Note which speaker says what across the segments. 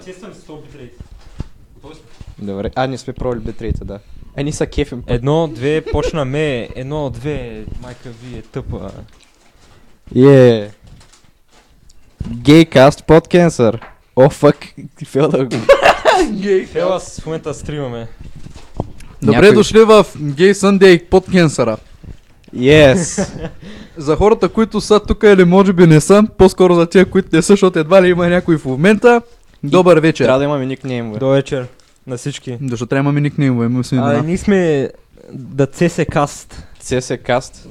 Speaker 1: Естествено, 100 битрейт. Готови сме?
Speaker 2: Добре. А, не сме пробвали битрейта, да. Е, ни са кефим. Е,
Speaker 3: Едно, две, почнаме. Едно, две, майка ви е тъпа.
Speaker 2: е. Гейкаст подкенсър. О, фък. Фела го.
Speaker 3: Фела, с- в момента стримаме.
Speaker 4: Добре
Speaker 2: Някой-
Speaker 4: дошли в Gay Sunday под кенсъра.
Speaker 2: Yes.
Speaker 4: За хората, които са тук или може би не са, по-скоро за тия, които не са, защото едва ли има някой в момента. Добър вечер.
Speaker 2: Трябва да имаме никнейм, бе.
Speaker 3: До вечер на всички.
Speaker 4: Защо трябва да имаме никнейм, имаме си
Speaker 3: А, е,
Speaker 4: имена.
Speaker 3: ние сме да CC каст.
Speaker 2: CC каст.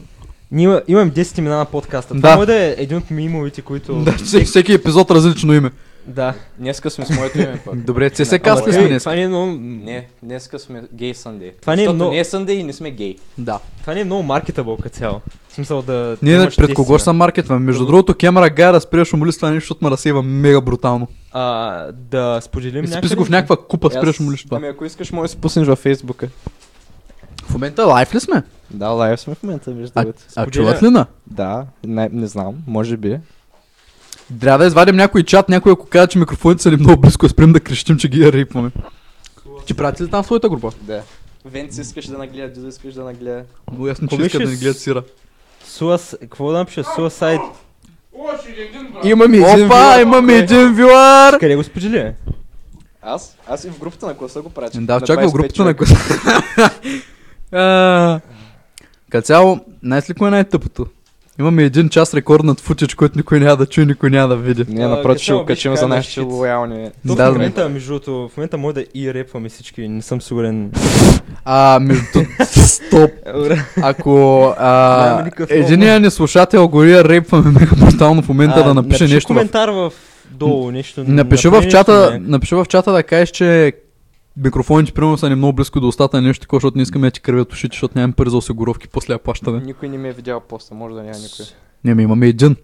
Speaker 3: Ние има- имам 10 имена на подкаста. Това
Speaker 4: Да.
Speaker 3: може да е един от мимовите, които...
Speaker 4: Да, всеки, всеки епизод различно име.
Speaker 3: да.
Speaker 2: Днеска сме с моето име пък.
Speaker 4: Добре, се се
Speaker 2: Ама
Speaker 4: казва
Speaker 2: Каст
Speaker 3: Ама
Speaker 4: сме
Speaker 3: това-
Speaker 4: днес.
Speaker 3: Това не е много...
Speaker 2: Не, днеска сме гей съндей.
Speaker 3: Това не е
Speaker 2: Защото
Speaker 3: много-
Speaker 2: не е съндей и не сме гей.
Speaker 4: Да.
Speaker 3: Това не е много маркетабъл като цяло. В смисъл да...
Speaker 4: Ние
Speaker 3: имаш
Speaker 4: иначе пред
Speaker 3: 10
Speaker 4: кого
Speaker 3: имена.
Speaker 4: ще са маркетваме? Между другото, Кемера Гай разприя шумоли с това нещо, защото ме разсейва мега брутално.
Speaker 3: А, да споделим
Speaker 4: Списи го в някаква купа, спреш му лиш това.
Speaker 2: Ами ако искаш, може да си пуснеш във Фейсбука.
Speaker 4: В момента лайф ли сме?
Speaker 2: Да, лайв сме в момента, между
Speaker 4: А,
Speaker 2: другото.
Speaker 4: а
Speaker 3: споделя.
Speaker 4: чуват ли на?
Speaker 2: Да, не, не знам, може би.
Speaker 4: Трябва да извадим някой чат, някой ако каже, че микрофоните са ни много близко, спрем да крещим, че ги я рипваме. Ти прати ли там в своята група?
Speaker 2: Да. Венци искаш да нагледа, Дюдо искаш да нагледа.
Speaker 4: Много ясно, че
Speaker 3: Кой
Speaker 4: искат
Speaker 3: беше
Speaker 4: да ни гледат сира.
Speaker 3: Суас... Какво да напиша? Суасайд...
Speaker 1: Лоши един, брат.
Speaker 2: Имаме
Speaker 4: Опа, имаме един вюар!
Speaker 3: Къде го сподели?
Speaker 2: Аз? Аз и в групата на класа го прача.
Speaker 4: Да, чакай в групата на коса. А, Като цяло, знаеш ли кое е най-тъпото? Имаме един час рекорд над футич, който никой няма да чуе, никой няма да види.
Speaker 2: Не,
Speaker 3: А,
Speaker 2: напротив, ще
Speaker 3: Кесел
Speaker 2: го качим
Speaker 3: беше
Speaker 2: за
Speaker 3: казал
Speaker 2: нашите
Speaker 3: щит.
Speaker 2: лоялни.
Speaker 3: То
Speaker 4: Да,
Speaker 3: в
Speaker 4: да.
Speaker 3: момента, между другото, в момента може да и репваме всички, не съм сигурен.
Speaker 4: А, между... Стоп! Ако
Speaker 3: Нямаме
Speaker 4: а,
Speaker 3: никакъв фон.
Speaker 4: единия ни слушател гори я рейпваме мега брутално в момента да
Speaker 3: А,
Speaker 4: напише
Speaker 3: напиши
Speaker 4: нещо в
Speaker 3: коментар в долу, нещо.
Speaker 4: Напиши в,
Speaker 3: направи
Speaker 4: чата,
Speaker 3: нещо,
Speaker 4: напиши в чата да кажеш, че микрофоните примерно са ни много близко до устата или нещо такова, защото не искаме да ти кривят ушите, защото нямаме пари за осигуровки после я плащане.
Speaker 2: Никой не ми е видял поста, може да няма никой.
Speaker 4: Не, ми имаме един.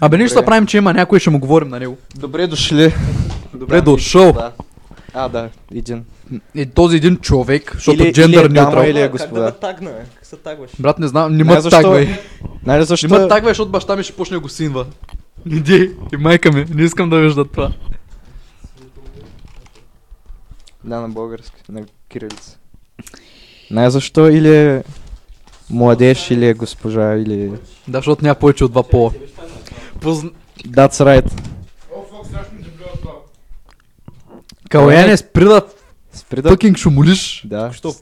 Speaker 4: Абе, ние ще
Speaker 2: Добре.
Speaker 4: се правим, че има някой, ще му говорим на него.
Speaker 2: Добре дошли.
Speaker 4: Добре дошъл.
Speaker 2: Да. А, да, един.
Speaker 4: И Е, този един човек, защото
Speaker 2: Или-
Speaker 4: джендър
Speaker 2: или е дама,
Speaker 4: неутрал.
Speaker 2: или е
Speaker 3: Как
Speaker 2: господа.
Speaker 3: да ме тагна, бе? Как се тагваш?
Speaker 4: Брат, не знам,
Speaker 2: Знае
Speaker 4: нима
Speaker 2: защо-
Speaker 4: тагвай.
Speaker 2: Нали защо?
Speaker 4: Нима тагвай, защото баща ми ще почне да го синва. Иди, и майка ми, не искам да вижда това.
Speaker 2: Да, на български, на кирилица. Най защо или е младеж, или е госпожа, или...
Speaker 4: Да, защото няма повече от два пола. Позн...
Speaker 2: That's right.
Speaker 1: О, фок, страшно дебил от това.
Speaker 4: Калояне, спри да
Speaker 2: Спри е. да...
Speaker 4: фъкинг шумолиш.
Speaker 2: Да.
Speaker 3: Що?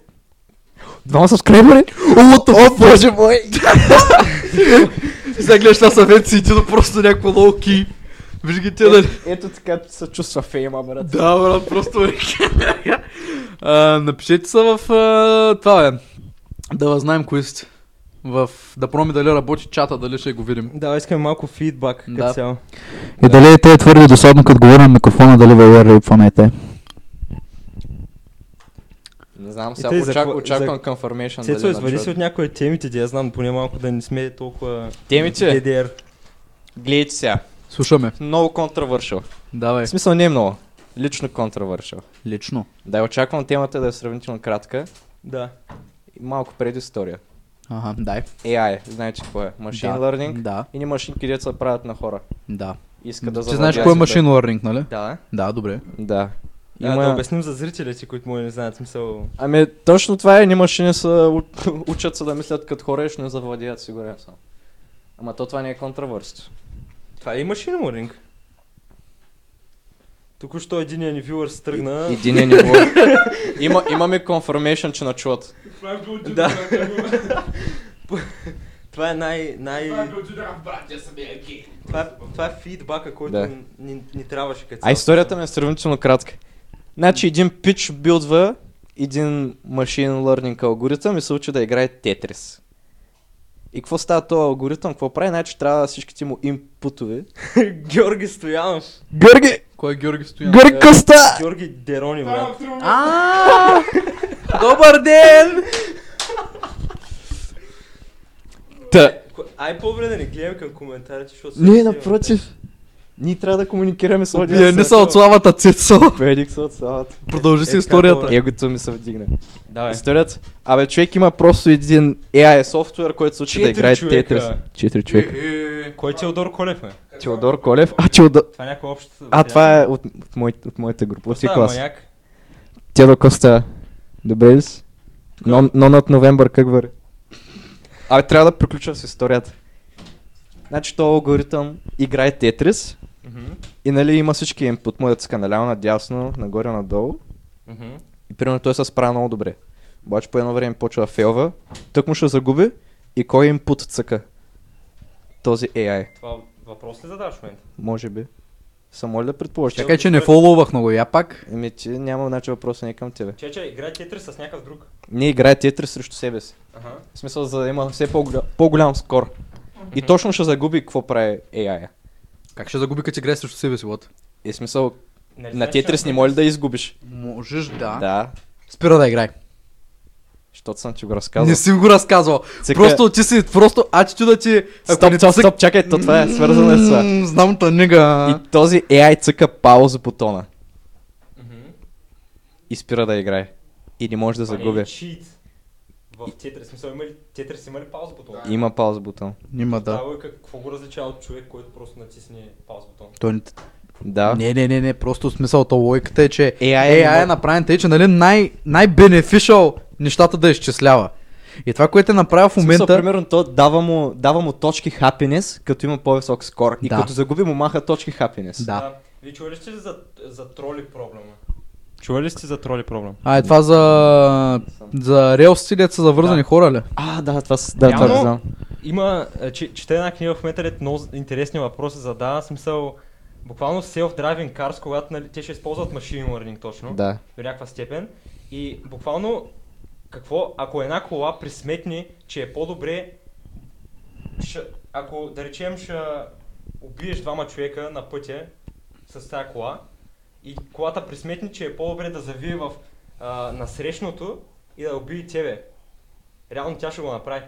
Speaker 2: Двама сабскрайбери? О, боже мой!
Speaker 4: И сега гледаш на съвет си и ти да просто някакво лоуки. Виж ги те дали.
Speaker 2: Е, Ето така се чувства фейма, брат.
Speaker 4: Да, брат, просто а, Напишете се в а, това е. Да знаем кои сте. В... Да проми дали работи чата, дали ще го видим.
Speaker 3: Да, искаме малко фидбак като
Speaker 4: Да.
Speaker 3: цяло.
Speaker 5: И дали те е твърде досадно, като говоря на микрофона, дали ве рейпваме те.
Speaker 2: Не знам,
Speaker 3: И те
Speaker 2: сега
Speaker 3: за
Speaker 2: очак,
Speaker 3: какво-
Speaker 2: очаквам
Speaker 3: за-
Speaker 2: confirmation.
Speaker 3: Цецо,
Speaker 2: дали
Speaker 3: извади
Speaker 2: на
Speaker 3: се от някои от темите, да я знам, поне малко да не сме толкова...
Speaker 2: Темите?
Speaker 3: ДДР.
Speaker 2: Гледайте сега.
Speaker 4: Слушаме.
Speaker 2: Много контравършъл.
Speaker 4: Давай.
Speaker 2: В смисъл не е много. Лично контравършъл.
Speaker 4: Лично.
Speaker 2: Да, очаквам темата да е сравнително кратка.
Speaker 3: Да.
Speaker 2: И малко предистория.
Speaker 4: Ага, дай.
Speaker 2: AI, знаете какво е? Machine
Speaker 4: да.
Speaker 2: learning.
Speaker 4: Да,
Speaker 2: И ни машинки, дето се правят на хора.
Speaker 4: да.
Speaker 2: Искат да
Speaker 4: ти знаеш
Speaker 2: завладеят
Speaker 4: кой е
Speaker 2: света.
Speaker 4: машин learning, нали?
Speaker 2: Да. е?
Speaker 4: Да, добре.
Speaker 2: Да.
Speaker 3: Има... да обясним за зрителите, които може не знаят смисъл.
Speaker 2: Ами, точно това е, ни машини са, у- учат се да мислят като хора и ще не завладеят, сигурен съм. Ама то това не е контравърст.
Speaker 3: Това е и машин лърнинг. Току-що единия ни вюър стръгна.
Speaker 2: Един е ниво. Има, имаме confirmation, че начуват.
Speaker 1: Това е бил дюдър,
Speaker 3: Да.
Speaker 1: брат, това е бил-
Speaker 3: Това е най...
Speaker 1: това е
Speaker 3: най...
Speaker 1: бил дюдър, а, брат, я съм я гей.
Speaker 3: Това, е- това е фидбака, който
Speaker 2: Да.
Speaker 3: ни, ни, ни трябваше като
Speaker 2: А историята ми е сравнително кратка. Значи един пич билдва един машин learning алгоритъм и се учи да играе Тетрис. И какво става този алгоритъм? Какво прави? Значи трябва всичките му импутове.
Speaker 3: Георги Стоянов.
Speaker 2: Гърги!
Speaker 4: Кой е Георги Стоянов?
Speaker 2: Гърги къста!
Speaker 3: Георги Дерони,
Speaker 1: Това е
Speaker 3: брат.
Speaker 1: в три момента.
Speaker 4: А, Добър ден!
Speaker 2: Та.
Speaker 3: Ко- Ай по-добре да не гледам към коментарите, защото... се
Speaker 2: Не,
Speaker 3: разсейвам.
Speaker 2: напротив. Ние трябва да комуникираме с
Speaker 4: Вие не са от славата Цецо.
Speaker 2: Феликс от салата.
Speaker 4: Продължи
Speaker 3: Е,
Speaker 4: си историята.
Speaker 3: така,
Speaker 2: Егото ми се вдигна. е.
Speaker 3: Давай.
Speaker 2: Историята. Абе, човек има просто един AI софтуер, който се учи да
Speaker 3: Четири
Speaker 2: играе
Speaker 3: човека. Е,
Speaker 2: Тетрис. Четири човека.
Speaker 3: Кой е Теодор Колев, ме?
Speaker 2: Теодор Колев. А, Теодор...
Speaker 3: Това е някой общ...
Speaker 2: а това е от, от, мой, от моята група. От си
Speaker 3: Коста е
Speaker 2: клас.
Speaker 3: маяк.
Speaker 2: Теодор Коста. Добре ли си? Но, но над новембър как върви? Абе, трябва да приключа с историята. Значи, този алгоритъм играе Тетрис
Speaker 3: Мгм,
Speaker 2: и нали има всички инпут му, да цъка наляво, надясно, нагоре, надолу.
Speaker 3: мгм.
Speaker 2: И примерно той се справя много добре. Обаче по едно време почва да фейлва, тък му ще загуби и кой инпут цъка? Този AI,
Speaker 3: Това въпрос ли задаваш в момента?
Speaker 2: може би. Само ли да предположиш?
Speaker 3: Ще-
Speaker 2: Чакай.
Speaker 4: Чакай, че не фоловах много. Я пак.
Speaker 2: Еми, че няма значи въпроса не е към тебе.
Speaker 3: Че, че, играе Тетрис с някакъв друг.
Speaker 2: Не играе тетри срещу себе си.
Speaker 3: Аха.
Speaker 2: В смисъл, за да има все по-голям, по-голям скор. И точно ще загуби какво прави AI.
Speaker 4: Как ще загуби, като играе срещу себе си, вот?
Speaker 2: И в смисъл,
Speaker 3: Нали
Speaker 2: на
Speaker 3: знаеш,
Speaker 2: тетрис
Speaker 3: че-
Speaker 2: не може ли да изгубиш?
Speaker 4: Можеш да.
Speaker 2: Да,
Speaker 4: Спира да играй.
Speaker 2: защото съм ти го
Speaker 4: Не
Speaker 2: разказал.
Speaker 4: си го разказвал.
Speaker 2: Цика-
Speaker 4: Просто ти си, просто атитюда ти... е, ако
Speaker 2: Стоп,
Speaker 4: не
Speaker 2: стоп,
Speaker 4: цък-
Speaker 2: стоп, чакай, то това е свързано с това.
Speaker 4: М, Знам та нига.
Speaker 2: И този AI цъка пауза бутона.
Speaker 3: Мгм.
Speaker 2: и спира да играе. И не може да
Speaker 3: Това не е
Speaker 2: загубя.
Speaker 3: ли чит? В Тетрис, смисъл има ли Тетрис, има ли пауза бутон?
Speaker 2: Има пауза бутон.
Speaker 4: Нима
Speaker 3: Да.
Speaker 4: да.
Speaker 3: Лойка, какво го различава от човек, който просто натисне пауз бутон?
Speaker 4: Той не-
Speaker 2: Да.
Speaker 4: Не, не, не, не, просто смисъл, то логиката е, че
Speaker 2: AI
Speaker 4: AI,
Speaker 2: не
Speaker 4: е
Speaker 2: мог-
Speaker 4: направен тъй, че нали, най, най-бенефишъл нещата да изчислява. И това, което е направил в
Speaker 2: В смисъл,
Speaker 4: момента...
Speaker 2: примерно, то дава му, дава му точки happiness, като има по-висок скор. И
Speaker 4: Да.
Speaker 2: като загуби му маха точки happiness.
Speaker 4: Да.
Speaker 3: Вие чували ли сте за, за троли проблема? Чували ли сте за троли проблем?
Speaker 4: А, е това за... За релсите, дето са завързани
Speaker 3: Да.
Speaker 4: хора ли?
Speaker 2: А, да, това, с- да, това
Speaker 3: Реално?
Speaker 2: го знам.
Speaker 3: Има, е, че, чета една книга в момента, дето много интересни въпроси задава, смисъл буквално self-driving cars, когато нали, те ще използват machine learning точно,
Speaker 2: Да.
Speaker 3: до някаква степен. И буквално, какво, ако една кола присметне, че е по-добре, ще, ако да речем ще убиеш двама човека на пътя с тази кола, и колата присметне, че е по-добре да завие в а, насрещното и да убие тебе. Реално тя ще го направи.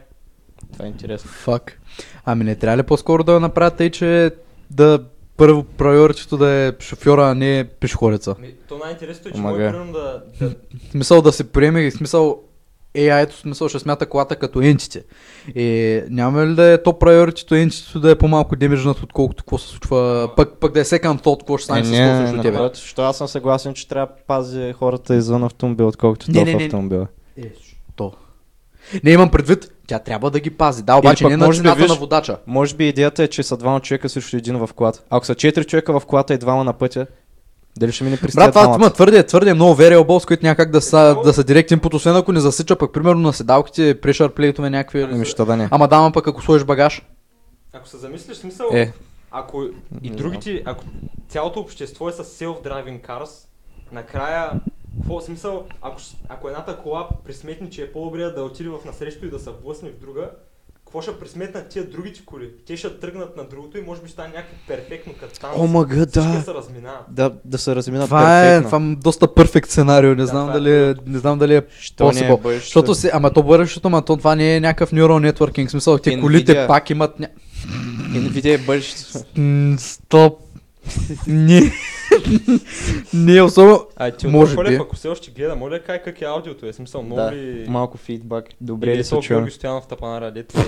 Speaker 2: Това е интересно.
Speaker 4: Фак. Ами не трябва ли по-скоро да го направят тъй, че да първо прайорчето да е шофьора, а не пешеходеца.
Speaker 3: Ми, То най-интересното е, че
Speaker 2: Омага.
Speaker 3: може примерно да, да...
Speaker 4: В смисъл да се приеме, в смисъл AI-то в смисъл ще смята колата като entity. И няма ли да е то приоритето entity да е по-малко демеджнат, отколкото какво се случва, пък, пък да е second thought, какво ще стане с какво срещу тебе.
Speaker 2: напротив, защото аз съм съгласен, че трябва да пази хората извън автомобил, отколкото
Speaker 4: Не,
Speaker 2: то
Speaker 4: не,
Speaker 2: в
Speaker 4: не.
Speaker 2: автомобила.
Speaker 4: Е, то. Не имам предвид, тя трябва да ги пази. Да, обаче
Speaker 2: пък
Speaker 4: не на
Speaker 2: може би
Speaker 4: цената
Speaker 2: виж-
Speaker 4: на водача.
Speaker 2: Може би идеята е, че са двама човека срещу един в колата. Ако са четири човека в колата и двама на пътя, дали ще мине през
Speaker 4: Брат,
Speaker 2: тия
Speaker 4: това
Speaker 2: двамата?
Speaker 4: има твърде, твърде много variables, които някак да са, да са директен пут, освен ако не засича, пък примерно на седалките, pressure плейтове някакви. нали,
Speaker 2: Ами, що да не.
Speaker 4: Ама да, ама пък ако сложиш багаж.
Speaker 3: Ако се замислиш, смисъл,
Speaker 2: Е.
Speaker 3: ако и
Speaker 2: знам.
Speaker 3: другите, ако цялото общество е с self-driving cars, накрая, какво смисъл, ако, щ- ако едната кола пресметне, че е по-добре да отиде в насрещу и да се блъсне в друга, какво ще пресметнат тия другите коли? Те ще тръгнат на другото и може би ще стане някакво перфектно като танц.
Speaker 2: О, мага,
Speaker 3: Всички
Speaker 2: да.
Speaker 3: се разминават.
Speaker 2: Да, да се разминат
Speaker 4: Това е,
Speaker 2: перфектно.
Speaker 4: това е доста перфект сценарио, не знам
Speaker 3: това е
Speaker 4: дали е- не знам дали е
Speaker 2: Що не е
Speaker 4: possible.
Speaker 2: бъдещето?
Speaker 4: Защото си, ама то бъдещето, ама то това не е някакъв neural networking, в смисъл, те
Speaker 2: Nvidia.
Speaker 4: колите пак имат ня...
Speaker 2: Nvidia е бъдещето.
Speaker 4: М, Стоп. Не. Не, е особено...
Speaker 3: А, ти
Speaker 4: Може
Speaker 3: Колев,
Speaker 4: би.
Speaker 3: ако все още гледа, моля, кай как е аудиото, е смисъл, много
Speaker 2: Да,
Speaker 3: ли...
Speaker 2: малко фидбак. Добре
Speaker 3: Или
Speaker 2: ли
Speaker 3: то
Speaker 2: се чуваме?
Speaker 3: Георги Стоянов тапанара, дето...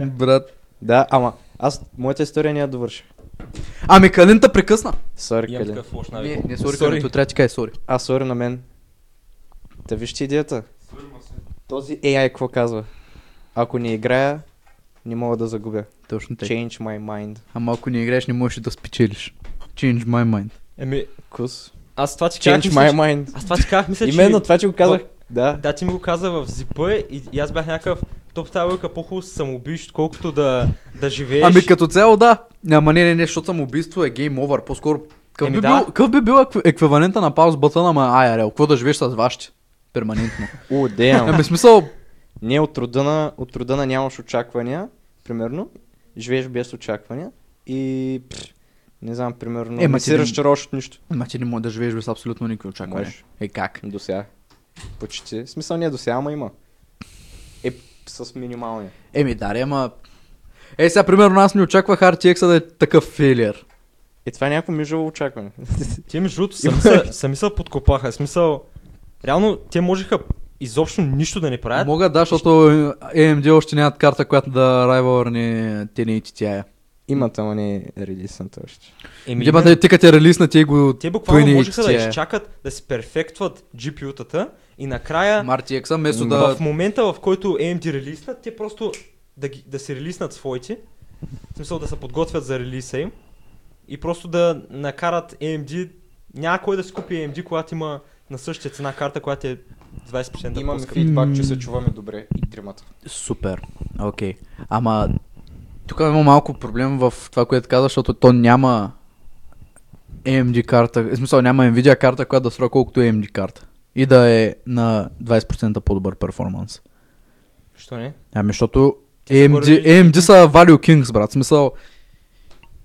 Speaker 4: Брат.
Speaker 2: Да, ама аз моята история не я довърша.
Speaker 4: Ами Калинта прекъсна.
Speaker 2: Сори,
Speaker 3: Имам
Speaker 2: Калин.
Speaker 3: такъв лош навик.
Speaker 4: Не, не, сори, Калинто, трябва да ти кажа сори.
Speaker 2: А, сори на мен. Та вижте идеята.
Speaker 1: Свърма се.
Speaker 2: Този AI какво казва? Ако не играя, не мога да загубя.
Speaker 4: Точно така.
Speaker 2: Change my mind.
Speaker 4: Ама ако не играеш, не можеш да спечелиш. Change my mind.
Speaker 3: Еми,
Speaker 2: Кус.
Speaker 3: аз това ти казах,
Speaker 2: Change
Speaker 3: мисля,
Speaker 2: my
Speaker 3: че-
Speaker 2: mind.
Speaker 3: Аз това ти казах, мисля,
Speaker 2: Именно
Speaker 3: че...
Speaker 2: това, че го казах. Да.
Speaker 3: Да, ти ми го каза в зипа е и, и аз бях някакъв... Топ в тази лойка по-хубаво се самоубиеш, отколкото да, да живееш.
Speaker 4: Ами като цяло да. Ама не, не, не, защото съм убийство е гейм овър. По-скоро. Къв
Speaker 3: Еми,
Speaker 4: би,
Speaker 3: да.
Speaker 4: бил, къв би бил екв- еквивалента на пауз бутона на IRL? Какво да живееш с вашите? Перманентно.
Speaker 2: О, damn.
Speaker 4: Ами в смисъл,
Speaker 2: Не от труда на, от труда на нямаш очаквания, примерно. Живееш без очаквания и пф, не знам, примерно,
Speaker 4: Е, ма
Speaker 2: не
Speaker 4: ти
Speaker 2: си
Speaker 4: не-
Speaker 2: разчароваш от нищо.
Speaker 4: Ма ти не можеш да живееш без абсолютно никакви очаквания.
Speaker 2: Можеш.
Speaker 4: Е как?
Speaker 2: До сега. Почти. В смисъл не е до сега, ама има. Е, с минималния.
Speaker 4: Еми, даре, ама... Е, сега, примерно, аз не очаквах RTX да е такъв фейлиер.
Speaker 2: Е, това е някакво межово очакване.
Speaker 3: Те между другото сами, са, сами са подкопаха. Смисъл, реално те можеха изобщо нищо да не правят.
Speaker 4: Мога, да, защото AMD още нямат карта, която да райвълни T80 Ti.
Speaker 2: Имат, ама не редисната още.
Speaker 3: Еми,
Speaker 4: Дима, те като е релиснат и го
Speaker 3: те буквално
Speaker 4: 2080
Speaker 3: можеха да
Speaker 4: Ti.
Speaker 3: изчакат да си перфектват GPU-тата и накрая
Speaker 4: Марти Екса, вместо
Speaker 3: да...
Speaker 4: да...
Speaker 3: в момента в който AMD релиснат, те просто да, ги, да си релиснат своите, в смисъл да се подготвят за релиса им и просто да накарат AMD, няма кой да си купи AMD, когато има на същия цена карта, която е 20%
Speaker 2: Имаме
Speaker 3: по-скъпа.
Speaker 2: фидбак, че се чуваме добре и тримата.
Speaker 4: Супер. Окей. Ама тук има малко проблем в това, което каза, защото то няма AMD карта, в смисъл няма Nvidia карта, която да струва колкото е AMD карта. И да е на 20% по-добър перформанс.
Speaker 3: Що не?
Speaker 4: Ами, защото
Speaker 3: Ти си
Speaker 4: AMD,
Speaker 3: говорили-
Speaker 4: AMD са Value Kings, брат. В смисъл,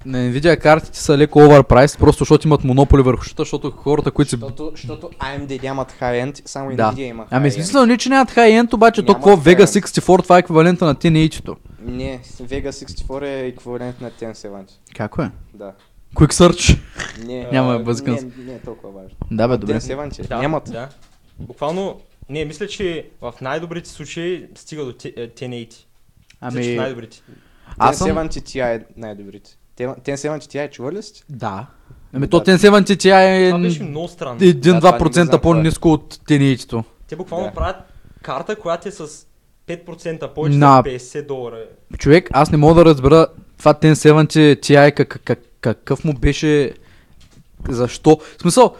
Speaker 4: на Nvidia картите са леко overpriced, просто защото имат монополи върху щита, защото хората, които си...
Speaker 2: Защото, защото AMD нямат high-end, само
Speaker 4: Да.
Speaker 2: Nvidia има high-end.
Speaker 4: Ами, в смисъл, не че нямат high-end, обаче то
Speaker 2: Нямат
Speaker 4: какво Vega
Speaker 2: high-end.
Speaker 4: 64, това е еквивалента на T80-то.
Speaker 2: Не, Vega 64 е еквивалент на 1070.
Speaker 4: Како е?
Speaker 2: Да.
Speaker 4: Quick Search.
Speaker 2: Не,
Speaker 4: Няма
Speaker 2: а,
Speaker 4: е бъзган.
Speaker 2: Не, не е толкова важно.
Speaker 4: Да, бе, добре.
Speaker 2: 1070,
Speaker 3: Да,
Speaker 2: нямат.
Speaker 3: Да. Буквално, не, мисля, че в най-добрите случаи стига до те- е, 1080. Мисля,
Speaker 2: Значи,
Speaker 3: че в
Speaker 4: Ами,
Speaker 3: най-добрите.
Speaker 4: аз съм...
Speaker 2: 1070 Ti е най-добрите. 1070 Ti чува е, ли сте?
Speaker 4: Да. Ами то 1070 Ti е
Speaker 3: Това беше много странно.
Speaker 4: 1-2%
Speaker 2: Да, това е. не го знам,
Speaker 4: по-низко от теничето.
Speaker 3: Те буквално
Speaker 2: Да.
Speaker 3: правят карта, която е с 5% повече
Speaker 4: На-
Speaker 3: за 50 долара.
Speaker 4: Човек, аз не мога да разбера това 1070 Ti е как, как, какъв му беше... Защо? В смисъл,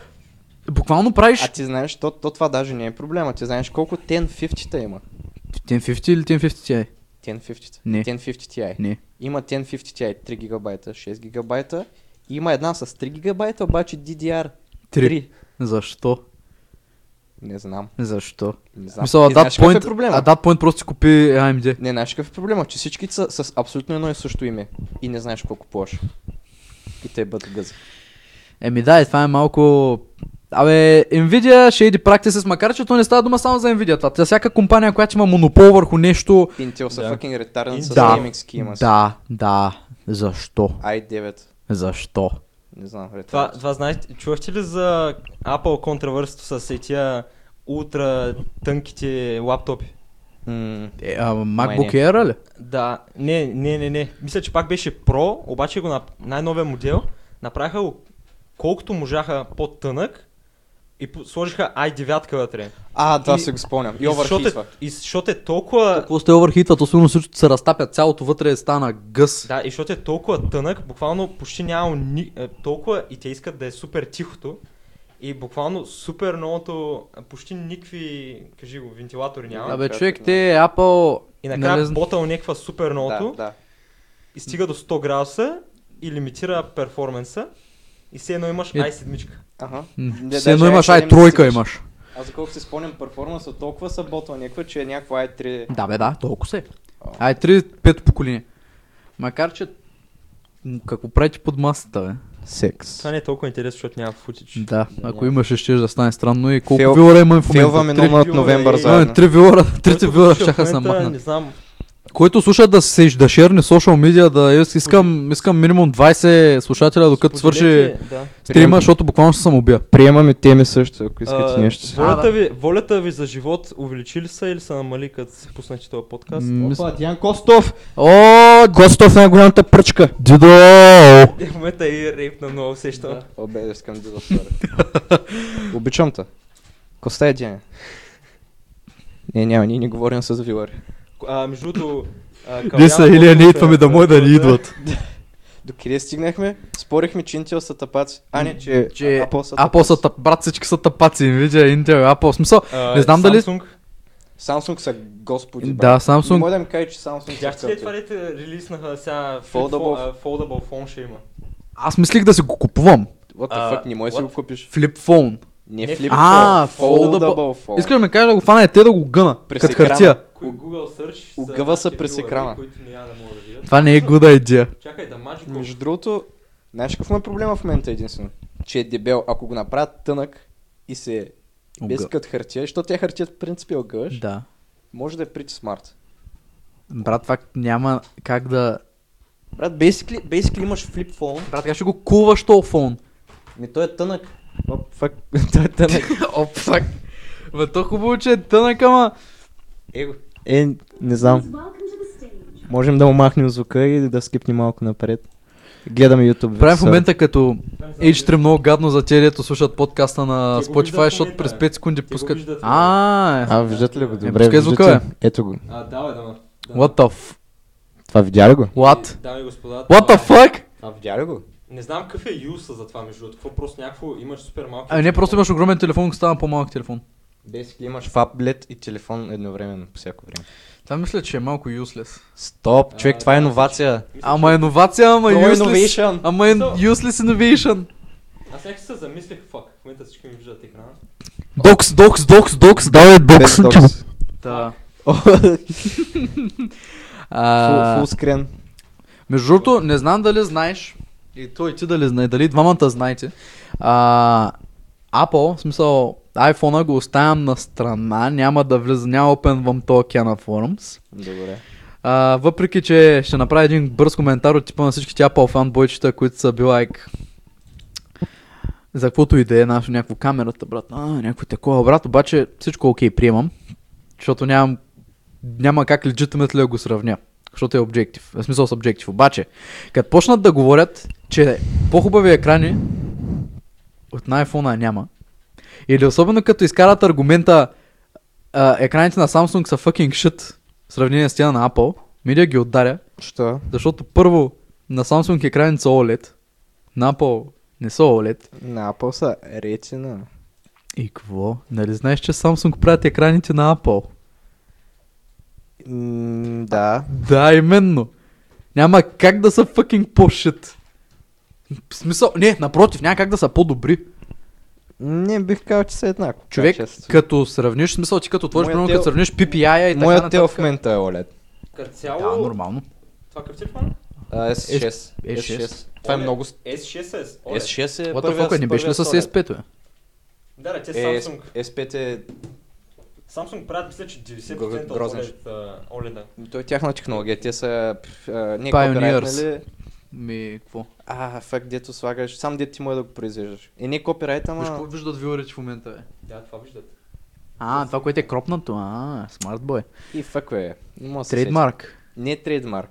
Speaker 4: буквално правиш
Speaker 2: А ти знаеш, то, то това даже не е проблема. Ти знаеш колко 1050-та има.
Speaker 4: 1050 или 1050 Ti?
Speaker 2: 1050.
Speaker 4: Не.
Speaker 2: 1050 Ti.
Speaker 4: Не.
Speaker 2: Има 1050 Ti 3 е гигабайта, 6 гигабайта. Има една с 3 гигабайта, обаче DDR.
Speaker 4: Три.
Speaker 2: 3.
Speaker 4: Защо?
Speaker 2: Не знам.
Speaker 4: Защо?
Speaker 2: Не знам.
Speaker 4: Мисъл,
Speaker 2: Не
Speaker 4: Adat
Speaker 2: знаеш какъв е
Speaker 4: Point,
Speaker 2: проблема?
Speaker 4: Adat Point просто си купи AMD.
Speaker 2: Не знаеш какъв е проблема, че всички са с абсолютно едно и също име. И не знаеш колко купуваш. И те бъдат гъзи.
Speaker 4: Еми да, и това е малко... Абе, Nvidia, Shady Practices, макар че то не става дума само за Nvidia. Това Тя всяка компания, която има монопол върху нещо...
Speaker 2: Intel са
Speaker 3: Да.
Speaker 2: fucking retardant с
Speaker 4: Да.
Speaker 2: gaming schema. си.
Speaker 4: Да, да. Защо?
Speaker 2: i9.
Speaker 4: Защо?
Speaker 2: Не знам, retardant.
Speaker 3: Това, това знаете, чувахте ли за Apple контравърсито с тия ултра тънките лаптопи?
Speaker 2: М,
Speaker 4: Е, а,
Speaker 2: Май не.
Speaker 4: MacBook Air ли?
Speaker 3: Да, не, не, не, не. Мисля, че пак беше Pro, обаче го на най-новия модел направиха го колкото можаха по-тънък и по- сложиха i9 вътре.
Speaker 2: А, да,
Speaker 3: И-
Speaker 2: се го спомням. И
Speaker 3: И защото, е,
Speaker 2: overheatва.
Speaker 3: и защото е толкова
Speaker 4: Какво сте overheatват, особено всичко се разтапят, цялото вътре стана гъс.
Speaker 3: Да, и защото е толкова тънък, буквално почти няма ни, е, толкова и те искат да е супер тихото. И буквално супер многото, е, почти никакви, кажи го, вентилатори няма.
Speaker 4: Абе,
Speaker 2: да, е.
Speaker 4: човек,
Speaker 2: да.
Speaker 4: те Apple...
Speaker 3: и накрая
Speaker 4: нали,
Speaker 3: нали... ботъл някаква супер
Speaker 2: Да,
Speaker 3: многото
Speaker 2: да.
Speaker 3: и стига до 100 градуса и лимитира перформанса. И все едно имаш
Speaker 4: Е.
Speaker 3: i7.
Speaker 2: Ага.
Speaker 4: м,
Speaker 2: Не,
Speaker 4: Все едно
Speaker 2: даже
Speaker 4: имаш,
Speaker 2: i7
Speaker 4: ай,
Speaker 2: не
Speaker 4: тройка
Speaker 2: стигаш.
Speaker 4: имаш.
Speaker 2: Аз за колко си спомням перформанса, толкова са ботва някаква, че е някаква i3.
Speaker 4: Да, бе, да, толкова се.
Speaker 2: О.
Speaker 4: Ай, три, пето поколение. Макар, че... м, Какво правите под масата, бе?
Speaker 2: Секс.
Speaker 3: Това не е толкова интересно, защото няма футич.
Speaker 4: Да,
Speaker 2: Да,
Speaker 4: ако
Speaker 2: няма.
Speaker 4: имаше, ще да стане странно и колко
Speaker 2: Фейл-
Speaker 4: вилора имаме в момента.
Speaker 2: Фейлваме
Speaker 4: Три-
Speaker 2: нома от
Speaker 3: вилора
Speaker 2: новембър
Speaker 3: и-
Speaker 2: заедно.
Speaker 4: имаме три вилора, трите
Speaker 3: Който
Speaker 4: вилора
Speaker 3: слуша в
Speaker 4: ще са
Speaker 3: момента, Не
Speaker 4: махнат.
Speaker 3: знам,
Speaker 4: Който слуша да се иш- да шерне social media, да ис- искам, искам минимум 20 слушателя, докато свърши
Speaker 3: споделете, да.
Speaker 4: стрима, защото буквално ще съм убия.
Speaker 2: Приемаме теми също, ако
Speaker 3: А,
Speaker 4: А, да.
Speaker 3: волята, ви, волята ви за живот увеличи ли са или са намали като си пуснете този подкаст?
Speaker 4: М, мисля-
Speaker 2: Диан Костов!
Speaker 4: О,
Speaker 2: Костов най-голямата пръчка!
Speaker 5: Дидо!
Speaker 3: Е, В момента и рейп на много усещам. Да.
Speaker 2: О, бе, искам да го сторя. Обичам те. Коста е Диан. Не, няма, ние не говорим с Вилари.
Speaker 3: А, между другото... а,
Speaker 5: Ние
Speaker 3: Калян е
Speaker 5: са или не
Speaker 3: Ботев,
Speaker 4: ами
Speaker 5: идваме
Speaker 3: а,
Speaker 4: е
Speaker 5: домой да ни
Speaker 3: Ботев,
Speaker 5: идват.
Speaker 2: До къде стигнахме? Спорихме, че Intel са тапаци. А, не, че,
Speaker 4: че
Speaker 2: Apple са
Speaker 4: Apple са тъп, брат, всички са тъпаци, Nvidia, Intel, Apple, в смисъл.
Speaker 3: а,
Speaker 4: Не знам дали-
Speaker 3: Samsung.
Speaker 2: Samsung са господи.
Speaker 4: Да,
Speaker 2: брат. Не
Speaker 4: Samsung,
Speaker 2: мога да ми кажа, че Samsung
Speaker 3: Видяхте
Speaker 2: са
Speaker 3: ли е това,
Speaker 2: къртови.
Speaker 3: дете релизнаха сега
Speaker 2: Foldable.
Speaker 3: Foldable, foldable phone ще има?
Speaker 4: аз мислих да си го купувам.
Speaker 2: What the
Speaker 3: А,
Speaker 2: fuck, не може да си
Speaker 3: what?
Speaker 2: го купиш.
Speaker 4: Flip phone.
Speaker 2: Не е
Speaker 3: Не
Speaker 2: flip
Speaker 4: А,
Speaker 2: phone,
Speaker 4: foldable.
Speaker 2: foldable phone.
Speaker 4: Искаш да ми кажа да го фана и те да го гъна,
Speaker 2: През
Speaker 4: като
Speaker 2: екрана.
Speaker 4: хартия.
Speaker 3: Кои Google Search са
Speaker 2: Огъва са
Speaker 3: нашите
Speaker 2: през
Speaker 3: вилари,
Speaker 2: екрана.
Speaker 3: Които няма да мога да видят.
Speaker 4: Това не е good idea.
Speaker 3: Чакай да мачи колко.
Speaker 2: Между другото, знаеш какъв му е проблема в момента единствено? Че е дебел. Ако го направят тънък и се
Speaker 4: Огъ-
Speaker 2: без кът хартия, защото тя хартията в принцип е огъваш,
Speaker 4: Да.
Speaker 2: може да е прити смарт.
Speaker 4: Брат, това няма как да...
Speaker 2: Брат, basically, basically имаш flip phone. ами
Speaker 4: Брат, как ще го кулваш този фон?
Speaker 2: Ми той е тънък. Оп, фак, той е тънък.
Speaker 4: Оп, фак. Бе, то хубаво, че е тънък, ама...
Speaker 3: Его.
Speaker 2: Е, не знам.
Speaker 6: Welcome to the stage.
Speaker 2: Можем да омахнем звука и да скипнем малко напред. Гледам YouTube.
Speaker 4: Правим в
Speaker 2: са.
Speaker 4: момента като H3 много гадно за тези, дето слушат подкаста на
Speaker 3: Те го виждат в
Speaker 4: Spotify, защото
Speaker 3: момента,
Speaker 4: през
Speaker 3: бе.
Speaker 4: 5 секунди
Speaker 3: го
Speaker 4: пускат...
Speaker 3: виждат, бе.
Speaker 4: А, е.
Speaker 2: А, виждате ли го? Добре,
Speaker 4: пускай звука,
Speaker 2: виждате. Ето го.
Speaker 3: А, давай, давай.
Speaker 4: е. What the f...
Speaker 2: Това видя ли го?
Speaker 4: What?
Speaker 3: Дами и господа.
Speaker 4: What the fuck?
Speaker 2: Това видя ли го?
Speaker 3: Не знам какъв е юса за това между другото. Какво просто някакво имаш супер малки.
Speaker 4: А, не, просто имаш огромен телефон, става по-малък телефон.
Speaker 2: Basically имаш фаблет и телефон едновременно по всяко време.
Speaker 4: Това мисля, че е малко useless.
Speaker 2: Стоп, човек,
Speaker 3: А,
Speaker 2: това е
Speaker 3: да,
Speaker 2: иновация.
Speaker 3: Мисля,
Speaker 4: Ама
Speaker 3: че-
Speaker 4: иновация, ама
Speaker 2: Това е
Speaker 4: useless.
Speaker 2: innovation.
Speaker 4: Ама е useless innovation.
Speaker 3: Аз някак се замислих, фак. В момента всички ми виждат екрана.
Speaker 5: Докс, докс, докс, докс, давай докс.
Speaker 2: Без
Speaker 5: чу-
Speaker 2: токс.
Speaker 4: Да.
Speaker 2: Фул-
Speaker 4: А,
Speaker 2: Фул скрин.
Speaker 4: Между другото, не знам дали знаеш, и той ти дали знае, дали двамата знаете. А, Apple, в смисъл, iPhone-а го оставям на страна, няма да влиза, няма опенвам този океан на Forums.
Speaker 2: Добре.
Speaker 4: А, въпреки, че ще направя един бърз коментар от типа на всичките Apple фанбойчета, които са била like, за каквото и да е, нашо някакво камерата, брат, а, някакво такова, брат, обаче всичко окей, приемам, защото нямам, няма как legitimately да го сравня, защото е обектив, в смисъл с обектив, обаче, като почнат да говорят, че по-хубави екрани от на iPhone няма, или особено като изкарат аргумента, а, екраните на Samsung са fucking shit, в сравнение с тя на Apple, медиа ги отдаря,
Speaker 2: Що?
Speaker 4: защото първо на Samsung екраните са OLED, на Apple не са OLED.
Speaker 2: На Apple са ретина.
Speaker 4: И какво? Нали знаеш, че Samsung правят екраните на Apple?
Speaker 2: М, Да.
Speaker 4: Да, именно. Няма как да са fucking по-шит. В смисъл, не, напротив, няма как да са по-добри.
Speaker 2: Не бих казал, че са еднакво.
Speaker 4: Човек,
Speaker 2: Така често.
Speaker 4: като сравниш, в смисъл ти като отвориш,
Speaker 2: Моят
Speaker 4: примерно
Speaker 2: тел-
Speaker 4: като сравниш PPI и така
Speaker 2: Моят тел в
Speaker 4: нататък.
Speaker 2: момента е OLED.
Speaker 3: Като цяло...
Speaker 4: Да, нормално.
Speaker 3: Това какъв телефон?
Speaker 2: А, S6.
Speaker 4: S6.
Speaker 2: Това е
Speaker 3: OLED.
Speaker 2: много... с-
Speaker 3: S6S. OLED.
Speaker 2: S6 е
Speaker 4: What the fuck, не беше ли с
Speaker 2: първия
Speaker 4: S5, бе?
Speaker 3: Да, да, те
Speaker 2: Е,
Speaker 3: Samsung.
Speaker 2: S5 е...
Speaker 3: Samsung правят, мисля, че 90% от
Speaker 2: Грозен.
Speaker 3: OLED, а, OLED-а.
Speaker 2: Той е тяхна технология. Те са... пф, а, Не
Speaker 4: Pioneers.
Speaker 2: копирайт, нали?
Speaker 4: Ми, какво?
Speaker 2: А, факт, дето слагаш. Сам дето ти може да го произвеждаш. Е, не копирайт,
Speaker 4: Виж какво
Speaker 2: ама...
Speaker 4: виждат виорите в момента, бе.
Speaker 3: Да, това виждат.
Speaker 4: А, това, което е кропнато. А, смарт бой.
Speaker 2: И фак, бе. Не мога да се сетя.
Speaker 4: Трейдмарк.
Speaker 2: Не е трейдмарк.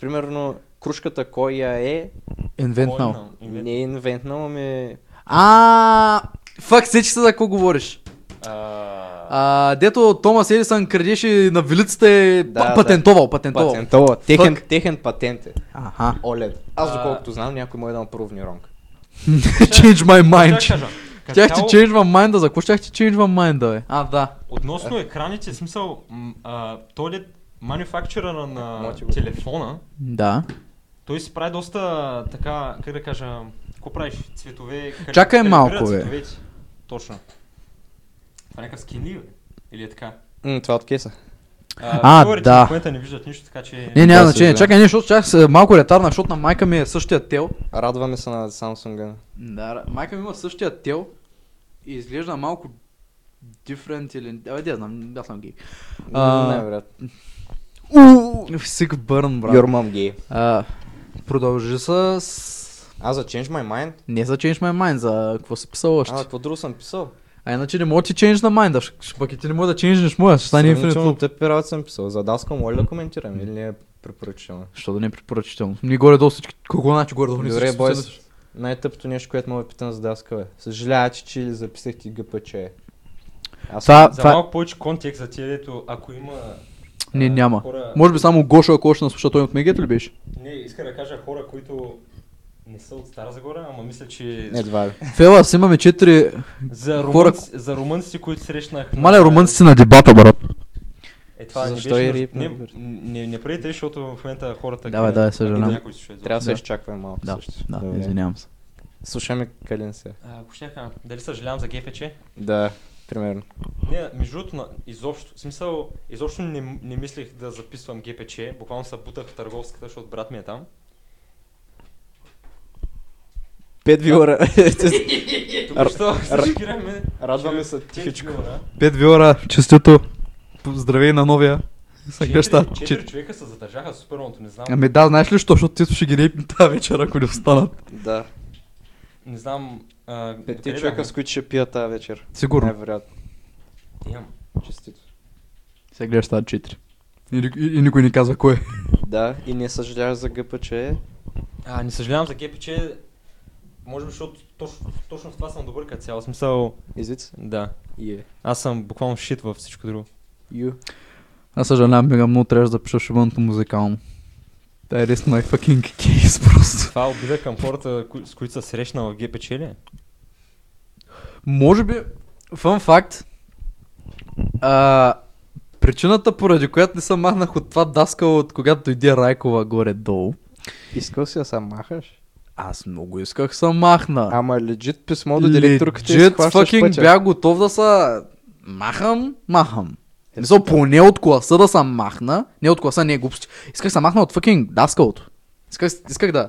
Speaker 2: Примерно, кружката коя е,
Speaker 4: Инвентнал.
Speaker 3: Original, invent-
Speaker 2: не е инвентна, ами...
Speaker 4: А, фак, се, че са за какво говориш.
Speaker 2: а,
Speaker 4: А, дето Томас Едисън крадеше на вилицата е
Speaker 2: Да,
Speaker 4: па-
Speaker 2: да.
Speaker 4: патентовал, патентовал.
Speaker 2: Патентова. Техен,
Speaker 4: Fuck.
Speaker 2: техен патент е.
Speaker 4: Аха.
Speaker 2: OLED. Аз
Speaker 3: А-
Speaker 2: доколкото знам, някой може да му е провни ронг.
Speaker 4: change my mind.
Speaker 3: Ще кажа, като
Speaker 4: Щях ти
Speaker 3: цяло-
Speaker 4: change my mind, за какво щях ти change my mind, бе? А, да.
Speaker 3: Относно екраните, в смисъл, м, а, той ли манюфакчера на
Speaker 2: Моти го.
Speaker 3: телефона,
Speaker 4: Да.
Speaker 3: той си прави доста така, как да кажа, какво правиш, цветове, кали-
Speaker 4: Чакай
Speaker 3: калибрира
Speaker 4: малко, бе.
Speaker 3: цветовете. Точно. Това е някакъв скинли, бе. Или е така.
Speaker 2: М, това е от кейса.
Speaker 4: А,
Speaker 3: виорите
Speaker 4: да.
Speaker 3: В момента не виждат нищо, така че...
Speaker 4: Не, няма
Speaker 2: Е, Да,
Speaker 4: значение.
Speaker 2: съжалявам.
Speaker 4: Чакай, не, защото чак се малко ретарна, защото на майка ми е същия тел.
Speaker 2: Радваме се на Samsung.
Speaker 4: Да, майка ми има същия тел и изглежда малко different или... Абе, да знам, аз съм гей. А,
Speaker 2: Най-вероятно.
Speaker 4: Сик бърн, брат.
Speaker 2: Your mom gay.
Speaker 4: А, продължи с... с-
Speaker 2: А за Change My Mind?
Speaker 4: Не за Change My Mind, за какво си писал още.
Speaker 2: А,
Speaker 4: А,
Speaker 2: какво друго съм писал?
Speaker 4: иначе не мога ти Change на Mind, ш- ш- пък и ти не мога да ченжнеш моя, ще стане Infinite
Speaker 2: Сравнително
Speaker 4: Loop.
Speaker 2: тъпи работи съм писал. За Daskal може ли да коментирам или не е препоръчително?
Speaker 4: Що да не е препоръчително. Ние горе-долу всички, колко значи горе-долу ние
Speaker 2: Добре,
Speaker 4: всички
Speaker 2: бойс.
Speaker 4: сме-
Speaker 2: Най-тъпото нещо, което мога да питам за Daskal е. Съжалява, че че ли записахте ГПЧ? е. Аз
Speaker 4: Това,
Speaker 3: За
Speaker 4: това,
Speaker 3: малко повече контекст за тия, дето ако има...
Speaker 4: не,
Speaker 3: а,
Speaker 4: няма.
Speaker 3: Хора...
Speaker 4: Може би само Гошо, ако още наслуша, той е от Мегето ли беше?
Speaker 3: Не, иска да кажа хора, които не са от Стара Загора, ама мисля, че...
Speaker 2: едва ли.
Speaker 4: Фела, си имаме четири...
Speaker 3: За,
Speaker 4: Хора-
Speaker 3: румънци, за румънците, които срещнах... на-
Speaker 4: Маля, румънците на дебата, брат.
Speaker 3: Е, това
Speaker 2: Защо
Speaker 3: не беше...
Speaker 2: и рипна,
Speaker 3: не,
Speaker 2: бе?
Speaker 3: не, не правите, защото в момента хората...
Speaker 4: Давай,
Speaker 3: гледат,
Speaker 4: давай,
Speaker 3: а
Speaker 4: съжалявам.
Speaker 3: и някой слуша,
Speaker 2: Трябва да се
Speaker 4: Да.
Speaker 2: изчакваме малко
Speaker 4: Да,
Speaker 2: също.
Speaker 4: да,
Speaker 2: Добре.
Speaker 4: извинявам се.
Speaker 2: Слушаме Калин се.
Speaker 3: А, Ако щяха, дали съжалявам за ГПЧ?
Speaker 2: Да, примерно.
Speaker 3: Не, между другото, на- изобщо, в смисъл, изобщо не, м- не мислех да записвам ГПЧ, буквално се бутах в търговската, защото брат ми е там.
Speaker 2: Пет виора.
Speaker 3: Току-що
Speaker 2: р-
Speaker 3: шикирахме.
Speaker 2: Радваме се тихичко.
Speaker 4: Пет виора, честито. Здравей на новия. Съгъща.
Speaker 3: Четири човека се задържаха супер много, не знам.
Speaker 4: Ами да, знаеш ли, що, защото ти слушай ги рейпни тази вечер, ако не останат.
Speaker 2: Да.
Speaker 3: Не знам. а, къде
Speaker 2: Петте
Speaker 3: бяхме?
Speaker 2: Е,
Speaker 3: Е,
Speaker 2: човека, с които ще пия тази вечер.
Speaker 4: Сигурно.
Speaker 2: Най-вероятно.
Speaker 3: Damn. Честито.
Speaker 4: Сега гледаш става 4. И, и, и никой не казва кой е.
Speaker 2: Да, и не съжаляваш за гъпа, че е.
Speaker 3: А, не съжалявам за Гепи, че може би, защото точно, точно в това съм добър като цяло. В Смисъл,
Speaker 2: Езиц?
Speaker 3: да.
Speaker 2: Е.
Speaker 3: Аз съм буквално шит във всичко друго.
Speaker 2: Ю.
Speaker 4: Аз съжалявам, мега много трябваше да пиша шибаното музикално. That is my е fucking case просто.
Speaker 3: Това е обида към хората, кои- с които се срещна в ГПЧ ли?
Speaker 4: Може би, фън факт, а, причината поради която не съм махнах от това даскало, от когато дойде Райкова горе-долу,
Speaker 2: Искал си да се махаш?
Speaker 4: аз много исках съм махна.
Speaker 2: Ама легит писмо до директорката и
Speaker 4: Legit
Speaker 2: си хващаш
Speaker 4: fucking
Speaker 2: пътя.
Speaker 4: бях готов да са махам, махам. Е, Мисъл, поне от класа да съм махна. Не от класа, не е глупости. Исках да се махна от fucking даскалото. Исках, исках да...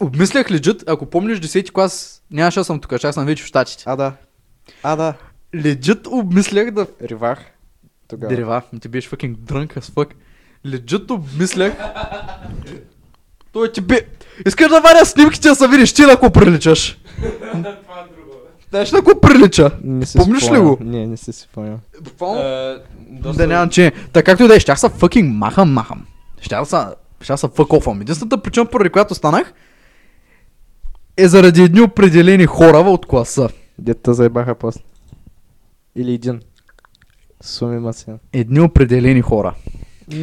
Speaker 4: Обмислях легит, ако помниш 10-ти клас, нямаше да съм тук, аз съм вече в щатите.
Speaker 2: А да. А да.
Speaker 4: Легит обмислях да...
Speaker 2: Ривах. Тогава.
Speaker 4: Дерева, ми ти беше fucking drunk as fuck. Легит обмислях... Той ти бе... Искаш да варя снимките, да се видиш ти, ако приличаш.
Speaker 1: Това е друго. бе.
Speaker 4: Знаеш, ли ако прилича.
Speaker 2: Не си
Speaker 4: Помниш ли
Speaker 2: спомням.
Speaker 4: го?
Speaker 2: Не, не си спомням.
Speaker 4: Буквално
Speaker 3: Да
Speaker 4: Да нямам че. Така както и да е, щях са fucking махам, махам. Щях са, щях са fuck off. ами. Единствената причина, поради която станах, е заради едни определени хора от класа.
Speaker 2: Дета заебаха после. Или един. Суми Масин.
Speaker 4: Едни определени хора.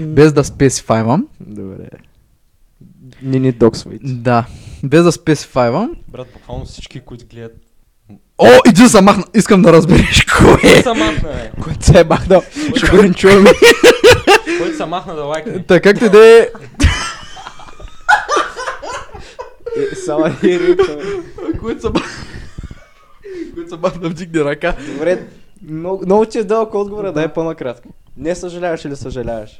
Speaker 4: Без да спесифайвам.
Speaker 2: Добре. Не ни доксвайте.
Speaker 4: Да. Без да спесифайвам.
Speaker 3: Брат, буквално всички, които гледат.
Speaker 4: О, един съм махна. Искам да разбереш кой е.
Speaker 3: Който се махна, бе.
Speaker 2: Който се е бахнал. Ще го не чуваме.
Speaker 3: Който се махна да лайкне.
Speaker 4: Така както и да е.
Speaker 2: Е, Само ни ритъм.
Speaker 4: Който съм Който съм махна, вдигне ръка.
Speaker 2: Добре. Много, много ти е дълъг отговора, да е по-накратко. Не съжаляваш или съжаляваш?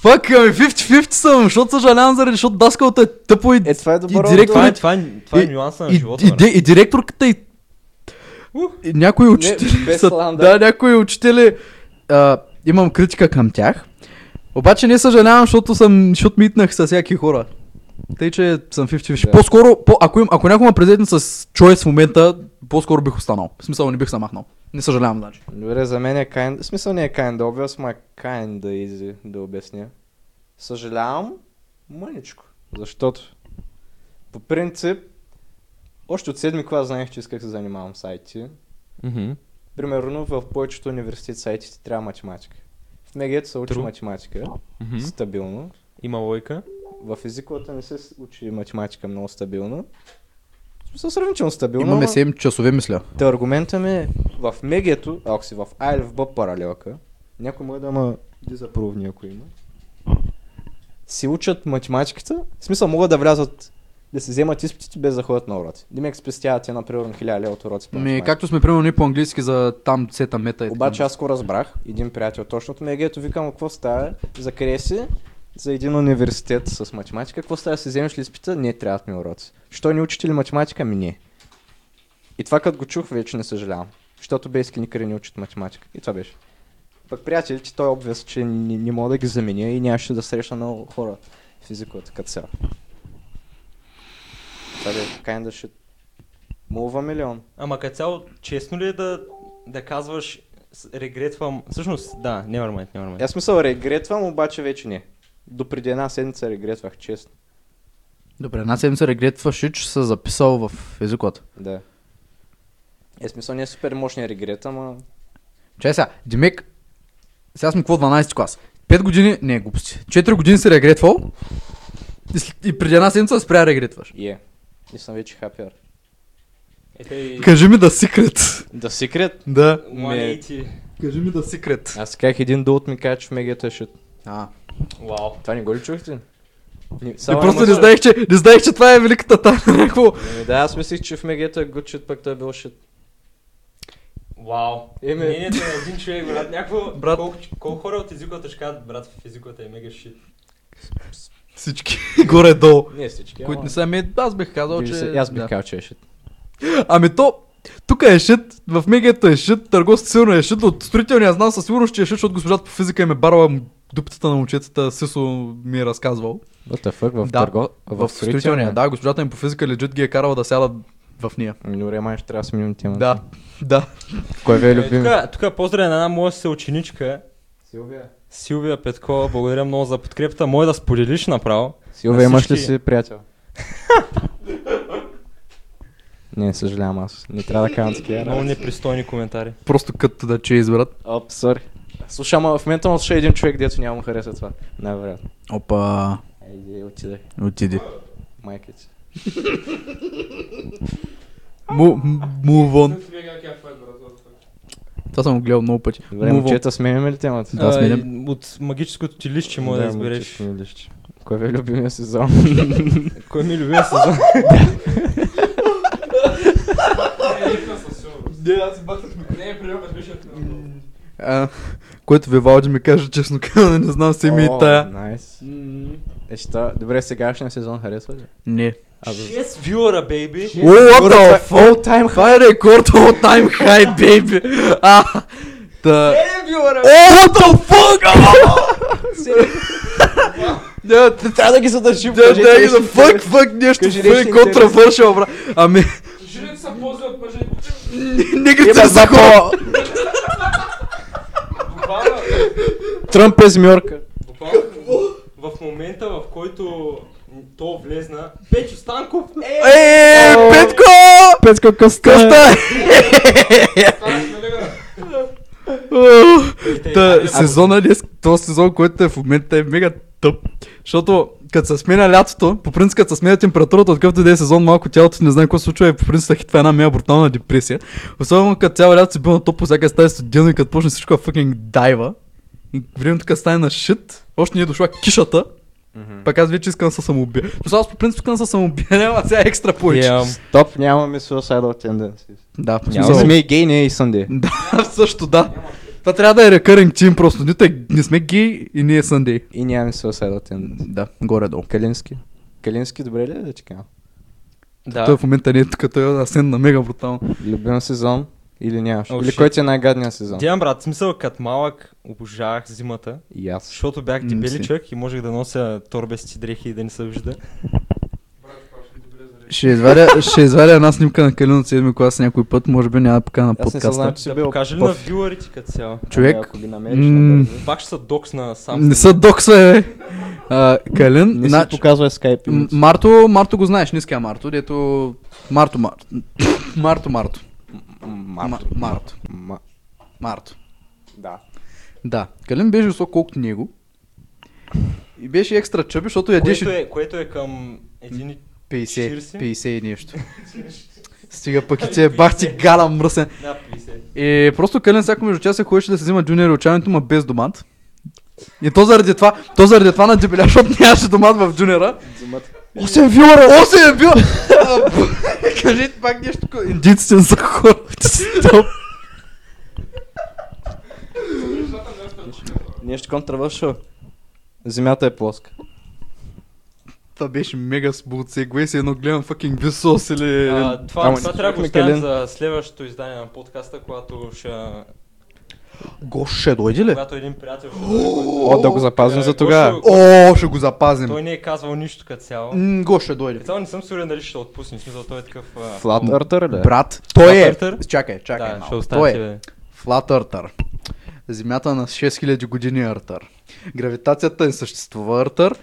Speaker 4: Фак, ами 50-50 съм, защото съжалявам заради, защото даскалата е тъпо и...
Speaker 2: Е, това е добър
Speaker 4: И
Speaker 2: отговор.
Speaker 4: директно-
Speaker 3: Това е, това е, това е
Speaker 4: И-
Speaker 3: нюанса на
Speaker 4: и,
Speaker 3: живота.
Speaker 4: и,
Speaker 3: брат.
Speaker 4: де- и директорката и... и някои учители
Speaker 2: без
Speaker 4: са,
Speaker 2: ланда.
Speaker 4: да, някои учители а, имам критика към тях. Обаче не съжалявам, защото съм, защото митнах с всяки хора. Тъй, че съм 50
Speaker 2: Да.
Speaker 4: По-скоро, по, ако, им, ако някой ме презетне с чойс в момента, по-скоро бих останал. В смисъл, не бих се махнал. Не съжалявам, значи.
Speaker 2: Добре, за мен е kind... В смисъл не е kind obvious, ма е kind easy да обясня. Съжалявам мъничко, защото по принцип още от седми клас знаех, че исках да се занимавам с IT.
Speaker 3: Мгм.
Speaker 2: Примерно в повечето университети с IT ти трябва математика. В МГТ се учи
Speaker 3: True.
Speaker 2: математика
Speaker 3: Мгм.
Speaker 2: стабилно.
Speaker 3: Има лойка.
Speaker 2: В езиковата не се с- учи математика много стабилно. В смисъл сравнително стабилно.
Speaker 4: Имаме
Speaker 2: ама-
Speaker 4: 7 часове, мисля.
Speaker 2: Та аргумента ми е, в мегето, ако си в А или в Б паралелка, някой може да ма дизапровни, ако има, си учат математиката, в смисъл могат да влязат, да си вземат изпитите без да ходят на уроци. Димек спестяват една примерно 1000 лева от уроци. по
Speaker 4: Ми,
Speaker 2: математика.
Speaker 4: както сме примерно ние по-английски за там сета мета и така.
Speaker 2: Обаче аз го разбрах, един приятел точно от мегето, викам, какво става, закрие си, за един университет с математика, какво става, си вземеш ли изпита, не трябват ми уроци. Що ни учите ли математика, ми не. И това като го чух, вече не съжалявам. Защото бейски никъде не учат математика. И това беше. Пък приятели, че той е обвес, че не, не мога да ги заменя и нямаше да срещна много хора в физиката като цяло. Това беше kinda shit. Мулва милион.
Speaker 3: Ама като цяло, честно ли е да, да казваш с- регретвам... Всъщност, да, never mind, never mind.
Speaker 2: Аз смисъл регретвам, обаче вече не. До преди една седмица регретвах, честно.
Speaker 4: Добре, една седмица регретваше, че се записал в езикот.
Speaker 2: Да. Е, смисъл не е супер мощния регрет, ама...
Speaker 4: Чай сега, Димек, сега сме какво 12 клас. 5 години, не глупости, 4 години си регретвал и с- и преди една седмица спря да регретваш.
Speaker 2: Е. И съм вече хапер.
Speaker 3: Ете Е, и...
Speaker 4: Кажи ми да секрет.
Speaker 2: Да секрет?
Speaker 4: Да.
Speaker 3: 180.
Speaker 4: Кажи ми да секрет.
Speaker 2: Аз как един дълт ми каже, че в мегията е шит.
Speaker 4: А.
Speaker 3: Вау.
Speaker 2: Това не го ли чухте? Не,
Speaker 4: Не,
Speaker 2: само
Speaker 4: просто
Speaker 2: не
Speaker 4: не
Speaker 2: мога-
Speaker 4: знаех, че, не знаех, че това е великата тайна. Някакво.
Speaker 2: Ами Да, аз мислих, че в мегията е good shit, пък той е бил шит.
Speaker 3: Вау.
Speaker 2: Еме.
Speaker 3: Мнението на един човек, брат. Някакво...
Speaker 4: Брат.
Speaker 3: Колко, колко хора от езиката ще кажат, брат, в езиката е мега шит.
Speaker 4: Всички. Горе-долу.
Speaker 2: Не всички,
Speaker 4: Които не са, ами аз бих казал, че...
Speaker 2: Аз бих
Speaker 4: да.
Speaker 2: казал, че е шит.
Speaker 4: Ами то, тук е шит, в мегията е шит, търговците сигурно е шит, от строителния знам със сигурност, че е шит, защото госпожата по физика им е барала м- дупцата на момчетата, Сисо ми е разказвал.
Speaker 2: What the fuck, в
Speaker 4: Да.
Speaker 2: търго...
Speaker 4: В, строителния, да, госпожата им по физика лежит ги е карала да сядат в ние.
Speaker 2: Ами добре, май ще трябва да сменим темата.
Speaker 4: Да, да.
Speaker 2: Кой ви е
Speaker 3: Е,
Speaker 2: любим?
Speaker 3: тук, тук поздравя на една моя съученичка,
Speaker 2: Силвия.
Speaker 3: Силвия Петкова. Благодаря много за подкрепата. Може да споделиш направо.
Speaker 2: Силвия,
Speaker 3: На
Speaker 2: имаш ли
Speaker 3: всички.
Speaker 2: си приятел? не, съжалявам аз. Не трябва да казвам такива.
Speaker 3: Много
Speaker 2: работи.
Speaker 3: непристойни коментари.
Speaker 4: Просто като да че изберат.
Speaker 2: Оп, сори. Слушай, ама в момента му слуша е един човек, дето няма му хареса това. Най-вероятно.
Speaker 5: Опа,
Speaker 2: Ей, отидай.
Speaker 5: отиди.
Speaker 2: Майка ти.
Speaker 4: Му- м- Move on.
Speaker 1: Със сега кефа е бързо.
Speaker 4: Това съм го гледал много пъти.
Speaker 2: Добре,
Speaker 4: Move on.
Speaker 2: момчета, сменяме ли темата?
Speaker 5: Да,
Speaker 3: А,
Speaker 5: сменям.
Speaker 3: и От магическото ти лище може да, избереш.
Speaker 2: момчета, милище. Кой ви е любимия сезон?
Speaker 3: Кой ми е любим сезон?
Speaker 1: Не, липна със сигурност.
Speaker 3: Не, Е, аз бахнах.
Speaker 1: Не е приема, беше много.
Speaker 4: А, който Вивалди ми каже, честно казано, не знам си ми и
Speaker 2: О,
Speaker 4: тая.
Speaker 2: Найс. Е, що? Добре, сегашния сезон харесва ли?
Speaker 4: Не.
Speaker 2: А, за-
Speaker 3: 6 вюера, бейби. Е,
Speaker 4: О, what the fuck?
Speaker 2: time
Speaker 4: Това е рекорд all time high, baby. А, да.
Speaker 3: 7 вюера!
Speaker 4: О, Е, what the fuck? Да, да,
Speaker 2: Трябва да ги задържим.
Speaker 4: да, да, да, да, fuck, fuck, нещо,
Speaker 2: Кажи нещо
Speaker 4: фей, контравършал, бра. Ами,
Speaker 1: Жирите са ползи от мъже.
Speaker 4: нигде се за хора.
Speaker 3: Буквално,
Speaker 2: Тръмп е змьорка.
Speaker 3: буквално в момента, в който то влезна, Печо Станков е...
Speaker 4: Е,
Speaker 2: О.
Speaker 4: Петко!
Speaker 2: Пецко къста. е.
Speaker 4: Къста! е.
Speaker 1: Станеш на лига.
Speaker 4: Та, сезона днес, този сезон, който е в момента е мега тъп. Защото като се сменя лятото, по принцип като се сменя температурата, от какъвто и да е сезон, малко тялото ти не знае какво се случва и по принцип се хитва една мега брутална депресия. Особено като цяло лято си бил на топ по всяка стая студено и като почне всичко да е fucking дайва. И времето като стане на шит, още ни е дошла кишата. Пак аз вече искам да се самоубия. Но сега аз по принцип искам да се самоубия, няма сега екстра повече.
Speaker 2: Стоп, нямаме suicidal tendencies.
Speaker 4: Да, в
Speaker 2: Не
Speaker 4: смисъл.
Speaker 2: сме и гей, не е и сънде.
Speaker 4: Да, също да. Това трябва да е recurring team просто. Нито е- не сме гей и ние е Sunday.
Speaker 2: И нямаме suicidal tendencies.
Speaker 4: Да, горе-долу.
Speaker 2: Калински. Калински, добре ли е да ти кажа?
Speaker 4: Той
Speaker 3: Да.
Speaker 4: в момента не е тук, той е асен на мега брутално.
Speaker 2: Любим сезон или нямаш?
Speaker 3: О,
Speaker 2: Или
Speaker 3: shit.
Speaker 2: кой ти е най-гадният сезон?
Speaker 3: Дям брат, в смисъл като малък обожавах зимата,
Speaker 2: И аз.
Speaker 3: защото бях
Speaker 4: М,
Speaker 3: дебеличък и можех да нося торбести дрехи и да не се вижда.
Speaker 1: Брат, това ще добре за
Speaker 4: Ще извадя, ще извадя една снимка на Калин от 7 клас някой път, може би няма пока на
Speaker 2: Аз не съзнавам,
Speaker 4: подкаста.
Speaker 2: че си
Speaker 3: Да
Speaker 2: бил
Speaker 3: покажа ли на
Speaker 2: пъф.
Speaker 3: вюарите като цяло?
Speaker 4: Човек,
Speaker 2: Ами, ако ги намериш,
Speaker 4: м,
Speaker 2: набързо.
Speaker 3: Пак ще са докс на сам.
Speaker 4: Не са доксва, бе. А, Калин,
Speaker 2: не си
Speaker 4: значи,
Speaker 2: показва скайп.
Speaker 4: М- Марто, Марто го знаеш, ниския Марто, дето... Марто, Марто. Марто, Марто. Ма-
Speaker 2: Марто.
Speaker 4: Марто.
Speaker 2: Ма-
Speaker 4: Марто.
Speaker 2: Да.
Speaker 4: Да. Калин беше висок колкото него. И беше екстра чъби, защото ядеше
Speaker 3: Което е, което е към един... и-
Speaker 4: 50,
Speaker 3: 40?
Speaker 4: 50 и нещо. Стига пък и те бахти гала мръсен.
Speaker 3: Да, 50.
Speaker 4: И Е, просто Калин всяко между часа ходеше да се взима джуниор очанието, ма е без домат. И то заради това, то заради това на дебеля, защото нямаше домат в джуниора. 8 вилара! 8 е бил! А, б- Кажете пак нещо, ко- индийците не са хора. Стоп.
Speaker 2: Нещо контравършо. Земята е плоска.
Speaker 4: Това беше мега сбулт сегвей, си едно гледам fucking Висос или...
Speaker 3: А, това,
Speaker 2: Ама
Speaker 3: това
Speaker 2: не
Speaker 3: трябва да го
Speaker 2: чухме
Speaker 3: оставим
Speaker 2: Калин.
Speaker 3: за следващото издание на подкаста, когато, ще,
Speaker 4: Го ще дойде ли?
Speaker 3: когато един приятел ще дойде, който-
Speaker 2: О, да го запазим
Speaker 3: Е,
Speaker 2: за
Speaker 3: Гошо,
Speaker 2: тогава.
Speaker 4: О, ще го запазим.
Speaker 3: Той не е казвал нищо като цяло.
Speaker 4: М, Го ще дойде.
Speaker 3: Цяло не съм сигурен дали ще те отпусне, в смисъл той е такъв... а,
Speaker 2: Флат Артър ли?
Speaker 4: Брат, той е...
Speaker 3: Earther?
Speaker 4: Чакай, чакай
Speaker 3: е. Да, ще
Speaker 4: малко.
Speaker 3: оставя
Speaker 4: Той е
Speaker 3: тебе.
Speaker 4: Flat Earther. Земята на 6000 години е Earther. Гравитацията не съществува Earther.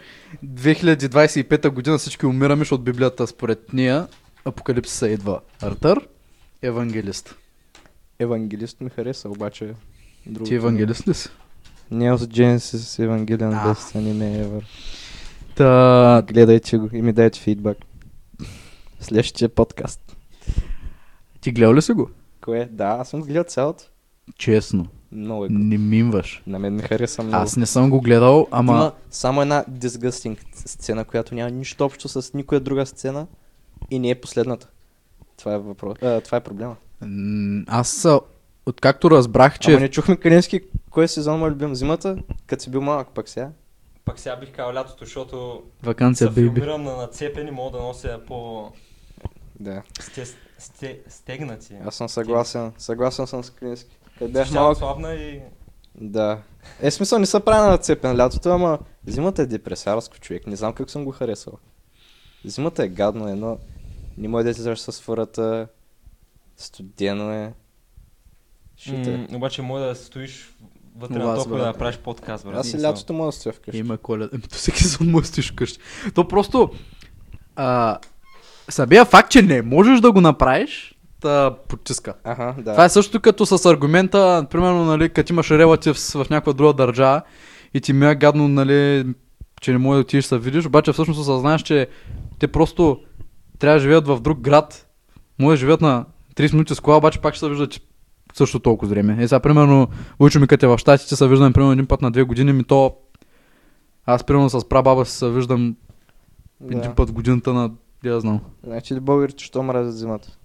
Speaker 4: 2025 година всички умираме, защото Библията според нея Апокалипсиса идва Earther. Евангелист.
Speaker 2: Евангелист ми хареса, обаче... е другото
Speaker 4: Ти евангелист ли си?
Speaker 2: Не е от Genesis Evangelion
Speaker 4: А.
Speaker 2: без аниме ever.
Speaker 4: Та,
Speaker 2: Гледайте го и ми дайте фидбак. В Следващия подкаст.
Speaker 4: ти гледал ли си го?
Speaker 2: Кое? Да, аз съм гледал цялото.
Speaker 4: Честно,
Speaker 2: Много е good.
Speaker 4: не мимваш.
Speaker 2: На мен ми хареса много.
Speaker 4: Аз не съм го гледал, ама...
Speaker 2: Има само една disgusting сцена, която няма нищо общо с никоя друга сцена и не е последната. Това е, въпрос... а, това е проблема.
Speaker 4: М, Аз а, откакто разбрах, че...
Speaker 2: Че... Ама не чухме Калински, кой сезон му е любим? Зимата? Като си бил малък пък сега?
Speaker 3: Пак сега бих казал лятото, защото се
Speaker 4: Вакансия, бейби.
Speaker 3: филмирам на нацепен и мога да нося по
Speaker 2: Да.
Speaker 3: сте, сте, стегнати.
Speaker 2: Аз съм съгласен. Съгласен съм с Калински. Като бях
Speaker 3: бях
Speaker 2: малък...
Speaker 3: слабна и...
Speaker 2: Да. Е, в смисъл не са прави на цепен лятото, ама зимата е депресарско човек. Не знам как съм го харесал. Зимата е гадно, едно Не може да излезеш с фурата. Студено е. Шите.
Speaker 3: М, обаче може да стоиш вътре
Speaker 4: Влас,
Speaker 3: на токъл и да
Speaker 4: брат.
Speaker 3: направиш подкаст, брат.
Speaker 2: Аз и
Speaker 3: Мисъл.
Speaker 2: лятото мога да стоя вкъщи.
Speaker 4: Има коледа. Ами, то всеки съм му стоиш вкъщи. То просто... А, самия факт, че не можеш да го направиш, та потиска.
Speaker 2: Аха, да.
Speaker 4: Това е също като с аргумента, примерно, нали, като имаш релативс в някаква друга държава и ти ми е гадно, нали, че не можеш да отидеш да се видиш, обаче всъщност осъзнаеш, че те просто трябва да живеят в друг град, може да живеят на 30 минути с кола, обаче пак ще се виждат също толкова време. Е, сега, примерно, Лучо ми като е в щатите, се виждаме примерно един път на две години, ми то аз примерно с прабаба си се виждам
Speaker 2: да.
Speaker 4: един път в годината на... Я знам.
Speaker 2: Значи ли българите, що мразят зимата?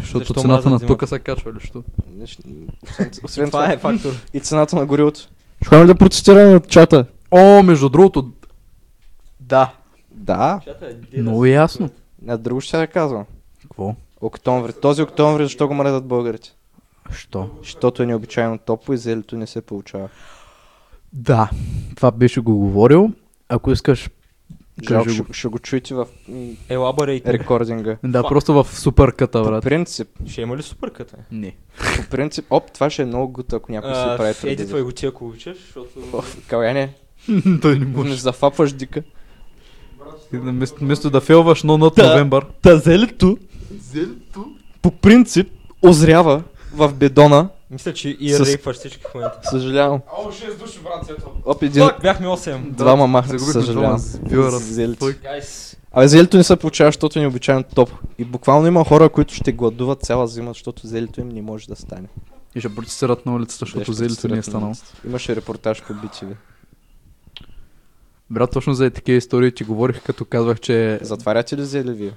Speaker 4: Защото
Speaker 3: Защо
Speaker 4: цената на
Speaker 3: мразят
Speaker 4: тука се качва или що?
Speaker 2: Значи, освен- Освен
Speaker 3: Това е
Speaker 2: това,
Speaker 3: фактор.
Speaker 2: и цената на горилото.
Speaker 5: Ще ли да протестираме от чата?
Speaker 4: О, между другото, да.
Speaker 2: Е, Да,
Speaker 3: е-
Speaker 4: Много ясно.
Speaker 2: а друго ще я казвам.
Speaker 4: Какво?
Speaker 2: Октомври. Този октомври, защо го мразят българите?
Speaker 4: Що?
Speaker 2: Защото е необичайно топло и зелето не се получава.
Speaker 4: Да, това беше го говорил. Ако искаш,
Speaker 2: Жалко,
Speaker 4: кажи
Speaker 2: ще,
Speaker 4: го.
Speaker 2: ще го чуете в м,
Speaker 3: Елаборейт.
Speaker 2: рекординга.
Speaker 4: Да, просто в суперката,
Speaker 2: По
Speaker 4: брат.
Speaker 2: принцип,
Speaker 3: Ще има ли суперката?
Speaker 4: Не.
Speaker 2: по принцип, оп, това ще е много гута, ако някой си прави труда.
Speaker 3: Еди твой го ти, ако обичаш, защото...
Speaker 2: Каляне,
Speaker 4: Той не
Speaker 2: не
Speaker 4: може.
Speaker 2: зафапваш дика.
Speaker 4: Вместо, вместо да фейлваш, но над
Speaker 2: Да.
Speaker 4: новембър.
Speaker 2: Та зелето, по принцип, озрява в бедона.
Speaker 3: Мисля, че и
Speaker 2: С-
Speaker 3: рейпваш всички в момента.
Speaker 2: Съжалявам.
Speaker 1: Ало, 6 души, брат, сега това.
Speaker 2: Оп, един,
Speaker 3: Фак, бяхме 8.
Speaker 2: двама махнах,
Speaker 4: загубихме
Speaker 2: съжалявам.
Speaker 4: двама с вюъра.
Speaker 2: Зелето.
Speaker 4: Той-
Speaker 3: Гайс.
Speaker 2: Абе, зелето не се получава, защото е необичайно топ. И буквално има хора, които ще гладуват цяла зима, защото зелето им не може да стане.
Speaker 4: И ще протестират на улицата, защото
Speaker 2: Беше
Speaker 4: зелето не е
Speaker 2: представително.
Speaker 4: станало.
Speaker 2: Имаше репортаж по BTV.
Speaker 4: Брат, точно за такива истории ти говорих, като казвах, че...
Speaker 2: Затваряте ли зели вие?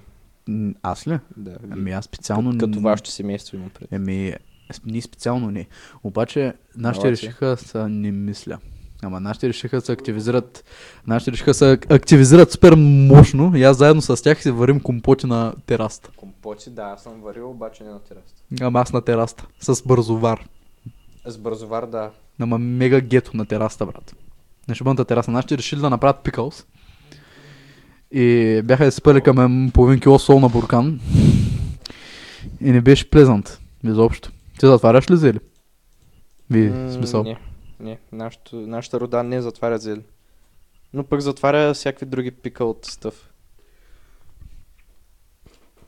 Speaker 4: М, Аз ли?
Speaker 2: Да. вие.
Speaker 4: Ами аз специално... н-
Speaker 2: Е, Като вашето семейство имам пред.
Speaker 4: Еми, с- ние специално не. Обаче, нашите
Speaker 2: Ала ти.
Speaker 4: решиха са не мисля. Ама нашите решиха да се активизират. Нашите решиха да се активизират супер мощно. И аз заедно с тях си варим компоти на тераста.
Speaker 2: Компоти, да, аз съм варил, обаче не на тераста.
Speaker 4: Ама аз на тераста. С бързовар.
Speaker 2: С бързовар, да.
Speaker 4: Ама мега гето на тераста, брат. На шибаната тераса. Нашите решили да направят пикълс. И бяха изпъли към ем половин кило сол на буркан. И не беше плезант. Изобщо. Ти затваряш ли зели? Ви, в смисъл.
Speaker 2: Не, не. Нашето, нашата рода не затваря зели. Но пък затваря всякакви други пика от стъв.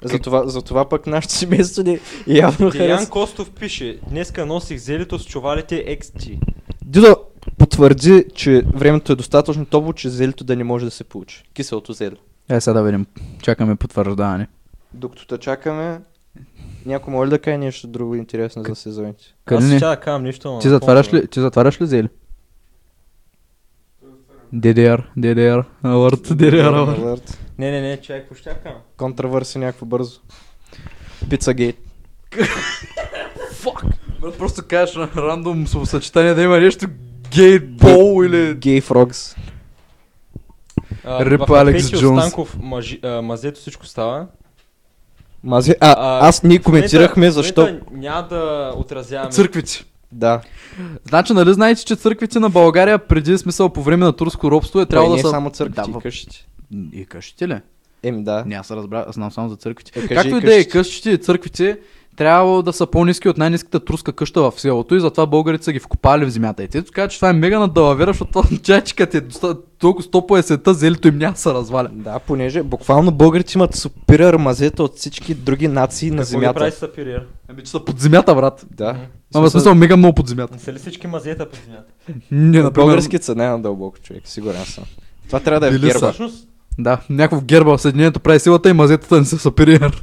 Speaker 2: Затова, затова пък нашето семейство ни явно
Speaker 3: Деян
Speaker 2: харесва.
Speaker 3: Костов пише, днеска носих зелето с чувалите XT.
Speaker 2: Дидо потвърди, че времето е достатъчно топло, че зелето да не може да се получи. Киселото зеле.
Speaker 4: Е, сега да видим. Чакаме потвърждаване.
Speaker 2: Докато те чакаме, някой може ли да каже нещо друго интересно за сезоните?
Speaker 4: Къде
Speaker 3: Аз
Speaker 4: не?
Speaker 3: ще да кажам нещо, но...
Speaker 4: Ти затваряш ли, ти затваряш ли зели? DDR, DDR, alert, DDR, alert.
Speaker 2: Алърт.
Speaker 3: Не, не, не, чай, какво ще я кажа?
Speaker 2: Контравърси някакво бързо. Пицагейт.
Speaker 4: Просто кажеш на рандом съчетание да има нещо гейтбол или...
Speaker 2: Гей фрогс.
Speaker 3: А,
Speaker 4: Рип
Speaker 3: в
Speaker 4: Алекс
Speaker 3: Петю
Speaker 4: Джонс.
Speaker 3: Станков мажи- а, мазето всичко става.
Speaker 2: Мази... А,
Speaker 3: А,
Speaker 2: аз
Speaker 3: В
Speaker 2: ние
Speaker 3: момента-
Speaker 2: коментирахме
Speaker 3: В
Speaker 2: защо...
Speaker 3: момента няма да отразяваме.
Speaker 4: Църквите.
Speaker 2: Да.
Speaker 4: Значи, нали знаете, че църквите на България преди смисъл по време на турско робство е
Speaker 2: Трябва
Speaker 4: трябвало
Speaker 2: не е
Speaker 4: да са...
Speaker 2: само църквите
Speaker 4: Да,
Speaker 2: и къщите.
Speaker 4: в- И къщите ли?
Speaker 2: Еми да.
Speaker 4: Не, аз разбрах, аз знам само за църквите.
Speaker 2: Е, кажи
Speaker 4: Както
Speaker 2: и
Speaker 4: и да е,
Speaker 2: къщите.
Speaker 4: къщите и църквите трябвало да са по-низки от най-низката турска къща в селото и затова българите са ги вкопали в земята. И те така, че това е мега надалавера, защото това означава, че като е доста- толкова стопа е света, зелето им няма да се разваля.
Speaker 2: Да, понеже буквално българите имат супер мазета от всички други нации на
Speaker 3: Какво ги прави
Speaker 2: земята.
Speaker 3: сапирир?
Speaker 4: Ами, че са под земята, брат.
Speaker 2: Да.
Speaker 4: Ама в смисъл мега много под земята.
Speaker 3: Не са ли всички мазета по земята?
Speaker 4: Не, например,
Speaker 2: Българските са най-надълбоко, е човек. Сигурен съм. Това трябва да е в
Speaker 4: Били са.
Speaker 2: герба.
Speaker 3: Всъщност,
Speaker 4: Да, някакво в герба в Съединението прави силата и мазетата не са сапирир.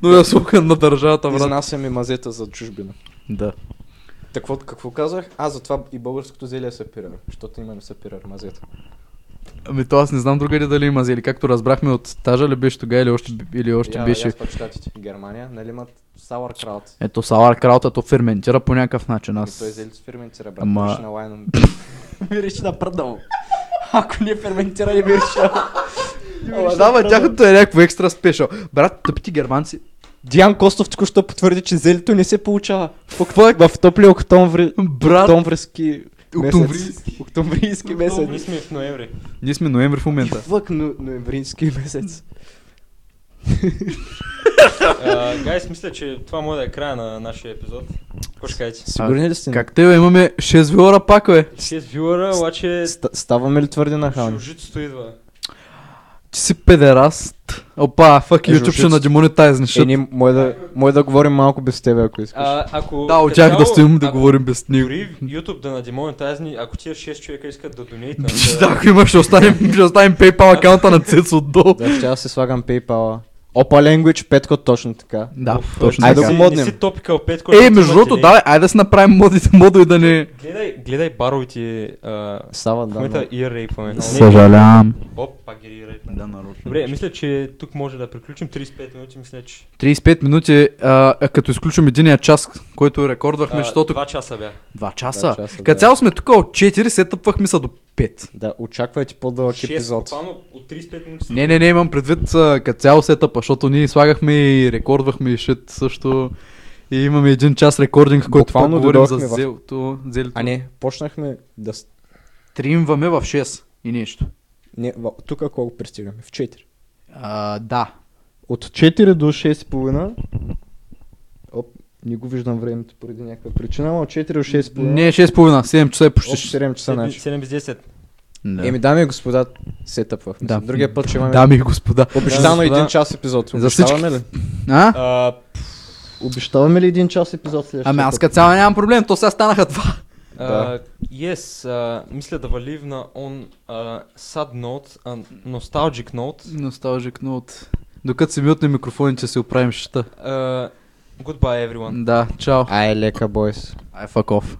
Speaker 4: Но е слухан на държавата, брат.
Speaker 2: Изнасяме мазета за чужбина.
Speaker 4: Да.
Speaker 2: Какво, какво казах? А, затова и българското зелие е сапирар, защото имаме сапирар мазета.
Speaker 4: Ами то аз не знам другаде дали има зели. Както разбрахме от тажа ли беше тогава или още, или още
Speaker 2: Я-
Speaker 4: беше.
Speaker 2: аз пък щатите. Германия, нали имат сауъркраут.
Speaker 4: Ето салар то ферментира по някакъв начин.
Speaker 2: Аз...
Speaker 4: Аз...
Speaker 2: Той е зели с ферментира, брат.
Speaker 4: Ама-
Speaker 2: Мириш на лайном. мириш на пръдъл. Ако не е ферментира, не мириш на...
Speaker 4: Ама Ами, да, бе, тяхното е някакво екстра спешъл. Брат, тъпите германци.
Speaker 2: Диан Костов току-що потвърди, че зелето не се получава. Какво е? В топлия октомври...
Speaker 4: Брат,
Speaker 2: Октомврски месец.
Speaker 4: Октомврийски.
Speaker 2: Октомврийски
Speaker 3: ние
Speaker 2: месец.
Speaker 3: сме в ноември.
Speaker 4: ние сме ноември в момента.
Speaker 2: Фък, но, ноемврийски месец.
Speaker 3: А, Гайс, мисля, че това може да е края на нашия епизод. Какво ще кажете?
Speaker 2: Сигурни ли сте?
Speaker 4: Как те, бе, имаме 6 вилора пак, бе.
Speaker 3: 6 вюера, обаче
Speaker 2: Ста- Ставаме ли твърде нахални?
Speaker 3: жужицето идва.
Speaker 4: Ти си педераст. Опа, фак,
Speaker 2: Е,
Speaker 4: YouTube ще
Speaker 2: журналист.
Speaker 4: надемонетайзни. Ще...
Speaker 2: Ени, може да, може да говорим малко без тебе, ако искаш.
Speaker 3: А, ако...
Speaker 4: Да, от
Speaker 3: като
Speaker 4: тях да
Speaker 3: цяло,
Speaker 4: стоим Е, да
Speaker 3: ако
Speaker 4: говорим без него.
Speaker 3: Дори YouTube да надемонетайзни, ако тия 6 човека искат да донейтнат...
Speaker 4: Да, ако има, ще оставим, ще оставим PayPal акаунта на Цец отдолу.
Speaker 2: Да, ще аз си слагам PayPal. Опа Language, петко точно така.
Speaker 4: Да,
Speaker 3: Уф,
Speaker 4: точно
Speaker 2: айде
Speaker 4: така.
Speaker 2: го
Speaker 3: не си-
Speaker 2: моднем.
Speaker 3: Не си топикал петко.
Speaker 4: Е,
Speaker 3: защото
Speaker 4: между
Speaker 3: имате
Speaker 4: другото,
Speaker 3: ли-
Speaker 4: давай, айде да си направим модите, модо и да ни...
Speaker 3: Гледай, гледай баровите... а,
Speaker 2: Сава,
Speaker 3: В
Speaker 4: Ами
Speaker 2: да.
Speaker 3: момента
Speaker 2: но-
Speaker 3: и рейпваме.
Speaker 5: Съжалявам.
Speaker 3: Оп, пак ги рейпваме.
Speaker 4: Да, нарочно.
Speaker 3: Добре, мисля, че тук може да приключим 35 минути, мисля, че...
Speaker 4: 35 минути, а, а, като изключим единия час, който рекордвахме, защото...
Speaker 3: 2 часа бях.
Speaker 4: 2 часа.
Speaker 2: часа, да.
Speaker 4: Като цяло сме тук от 4, се тъпвахме са до 5.
Speaker 2: Да, очаквайте по-дълъг епизод.
Speaker 3: Буквално от 35 минути.
Speaker 4: Не, не, не, имам предвид а, като цяло сетъпа, защото ние слагахме и рекордвахме и шит също. И имаме един час рекординг, който пак
Speaker 2: Буквално
Speaker 4: говорим за
Speaker 2: дойдохме в-
Speaker 4: зелото. зелето.
Speaker 2: А не, почнахме да... с-
Speaker 4: Тримваме в 6 и нещо.
Speaker 2: Не, в... тук колко пристигаме? В 4.
Speaker 4: А, да.
Speaker 2: От 4 до 6,5... Оп, не го виждам времето поради някаква причина, но от 4 до 6,5...
Speaker 4: Не, 6.30, 7 часа е
Speaker 2: Оп,
Speaker 4: почти. 6.
Speaker 2: 7 часа значи.
Speaker 3: 7 без 10.
Speaker 4: Да.
Speaker 2: Еми, дами и господа, се тъпвахме.
Speaker 4: Да.
Speaker 2: Да. Другия път ще имаме
Speaker 4: Дами и господа.
Speaker 2: обещано
Speaker 4: Да,
Speaker 2: един час епизод.
Speaker 4: За
Speaker 2: Обещаваме ли?
Speaker 4: А?
Speaker 3: А,
Speaker 2: Обещаваме ли един час епизод следващия
Speaker 4: Ами аз
Speaker 2: път?
Speaker 4: като цяло нямам проблем, то сега станаха два.
Speaker 3: а, yes, а, мисля да валив на on а, sad note, а, nostalgic note.
Speaker 4: Носталжик, но от... Докато си мютне микрофоните, се оправим щита.
Speaker 3: А, goodbye everyone.
Speaker 4: Да, чао.
Speaker 2: Ай, лека, бойс.
Speaker 4: Ай, fuck off.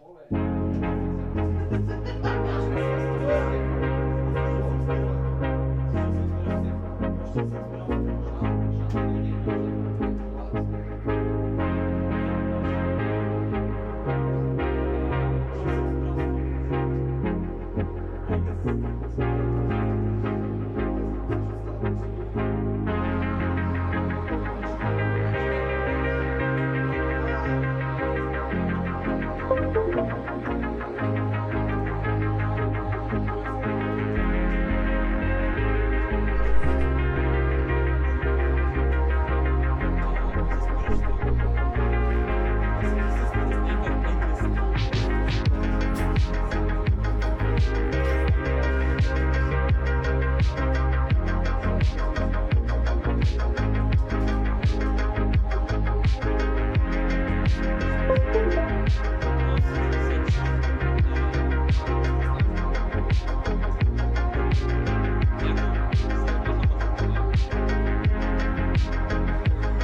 Speaker 1: Поле.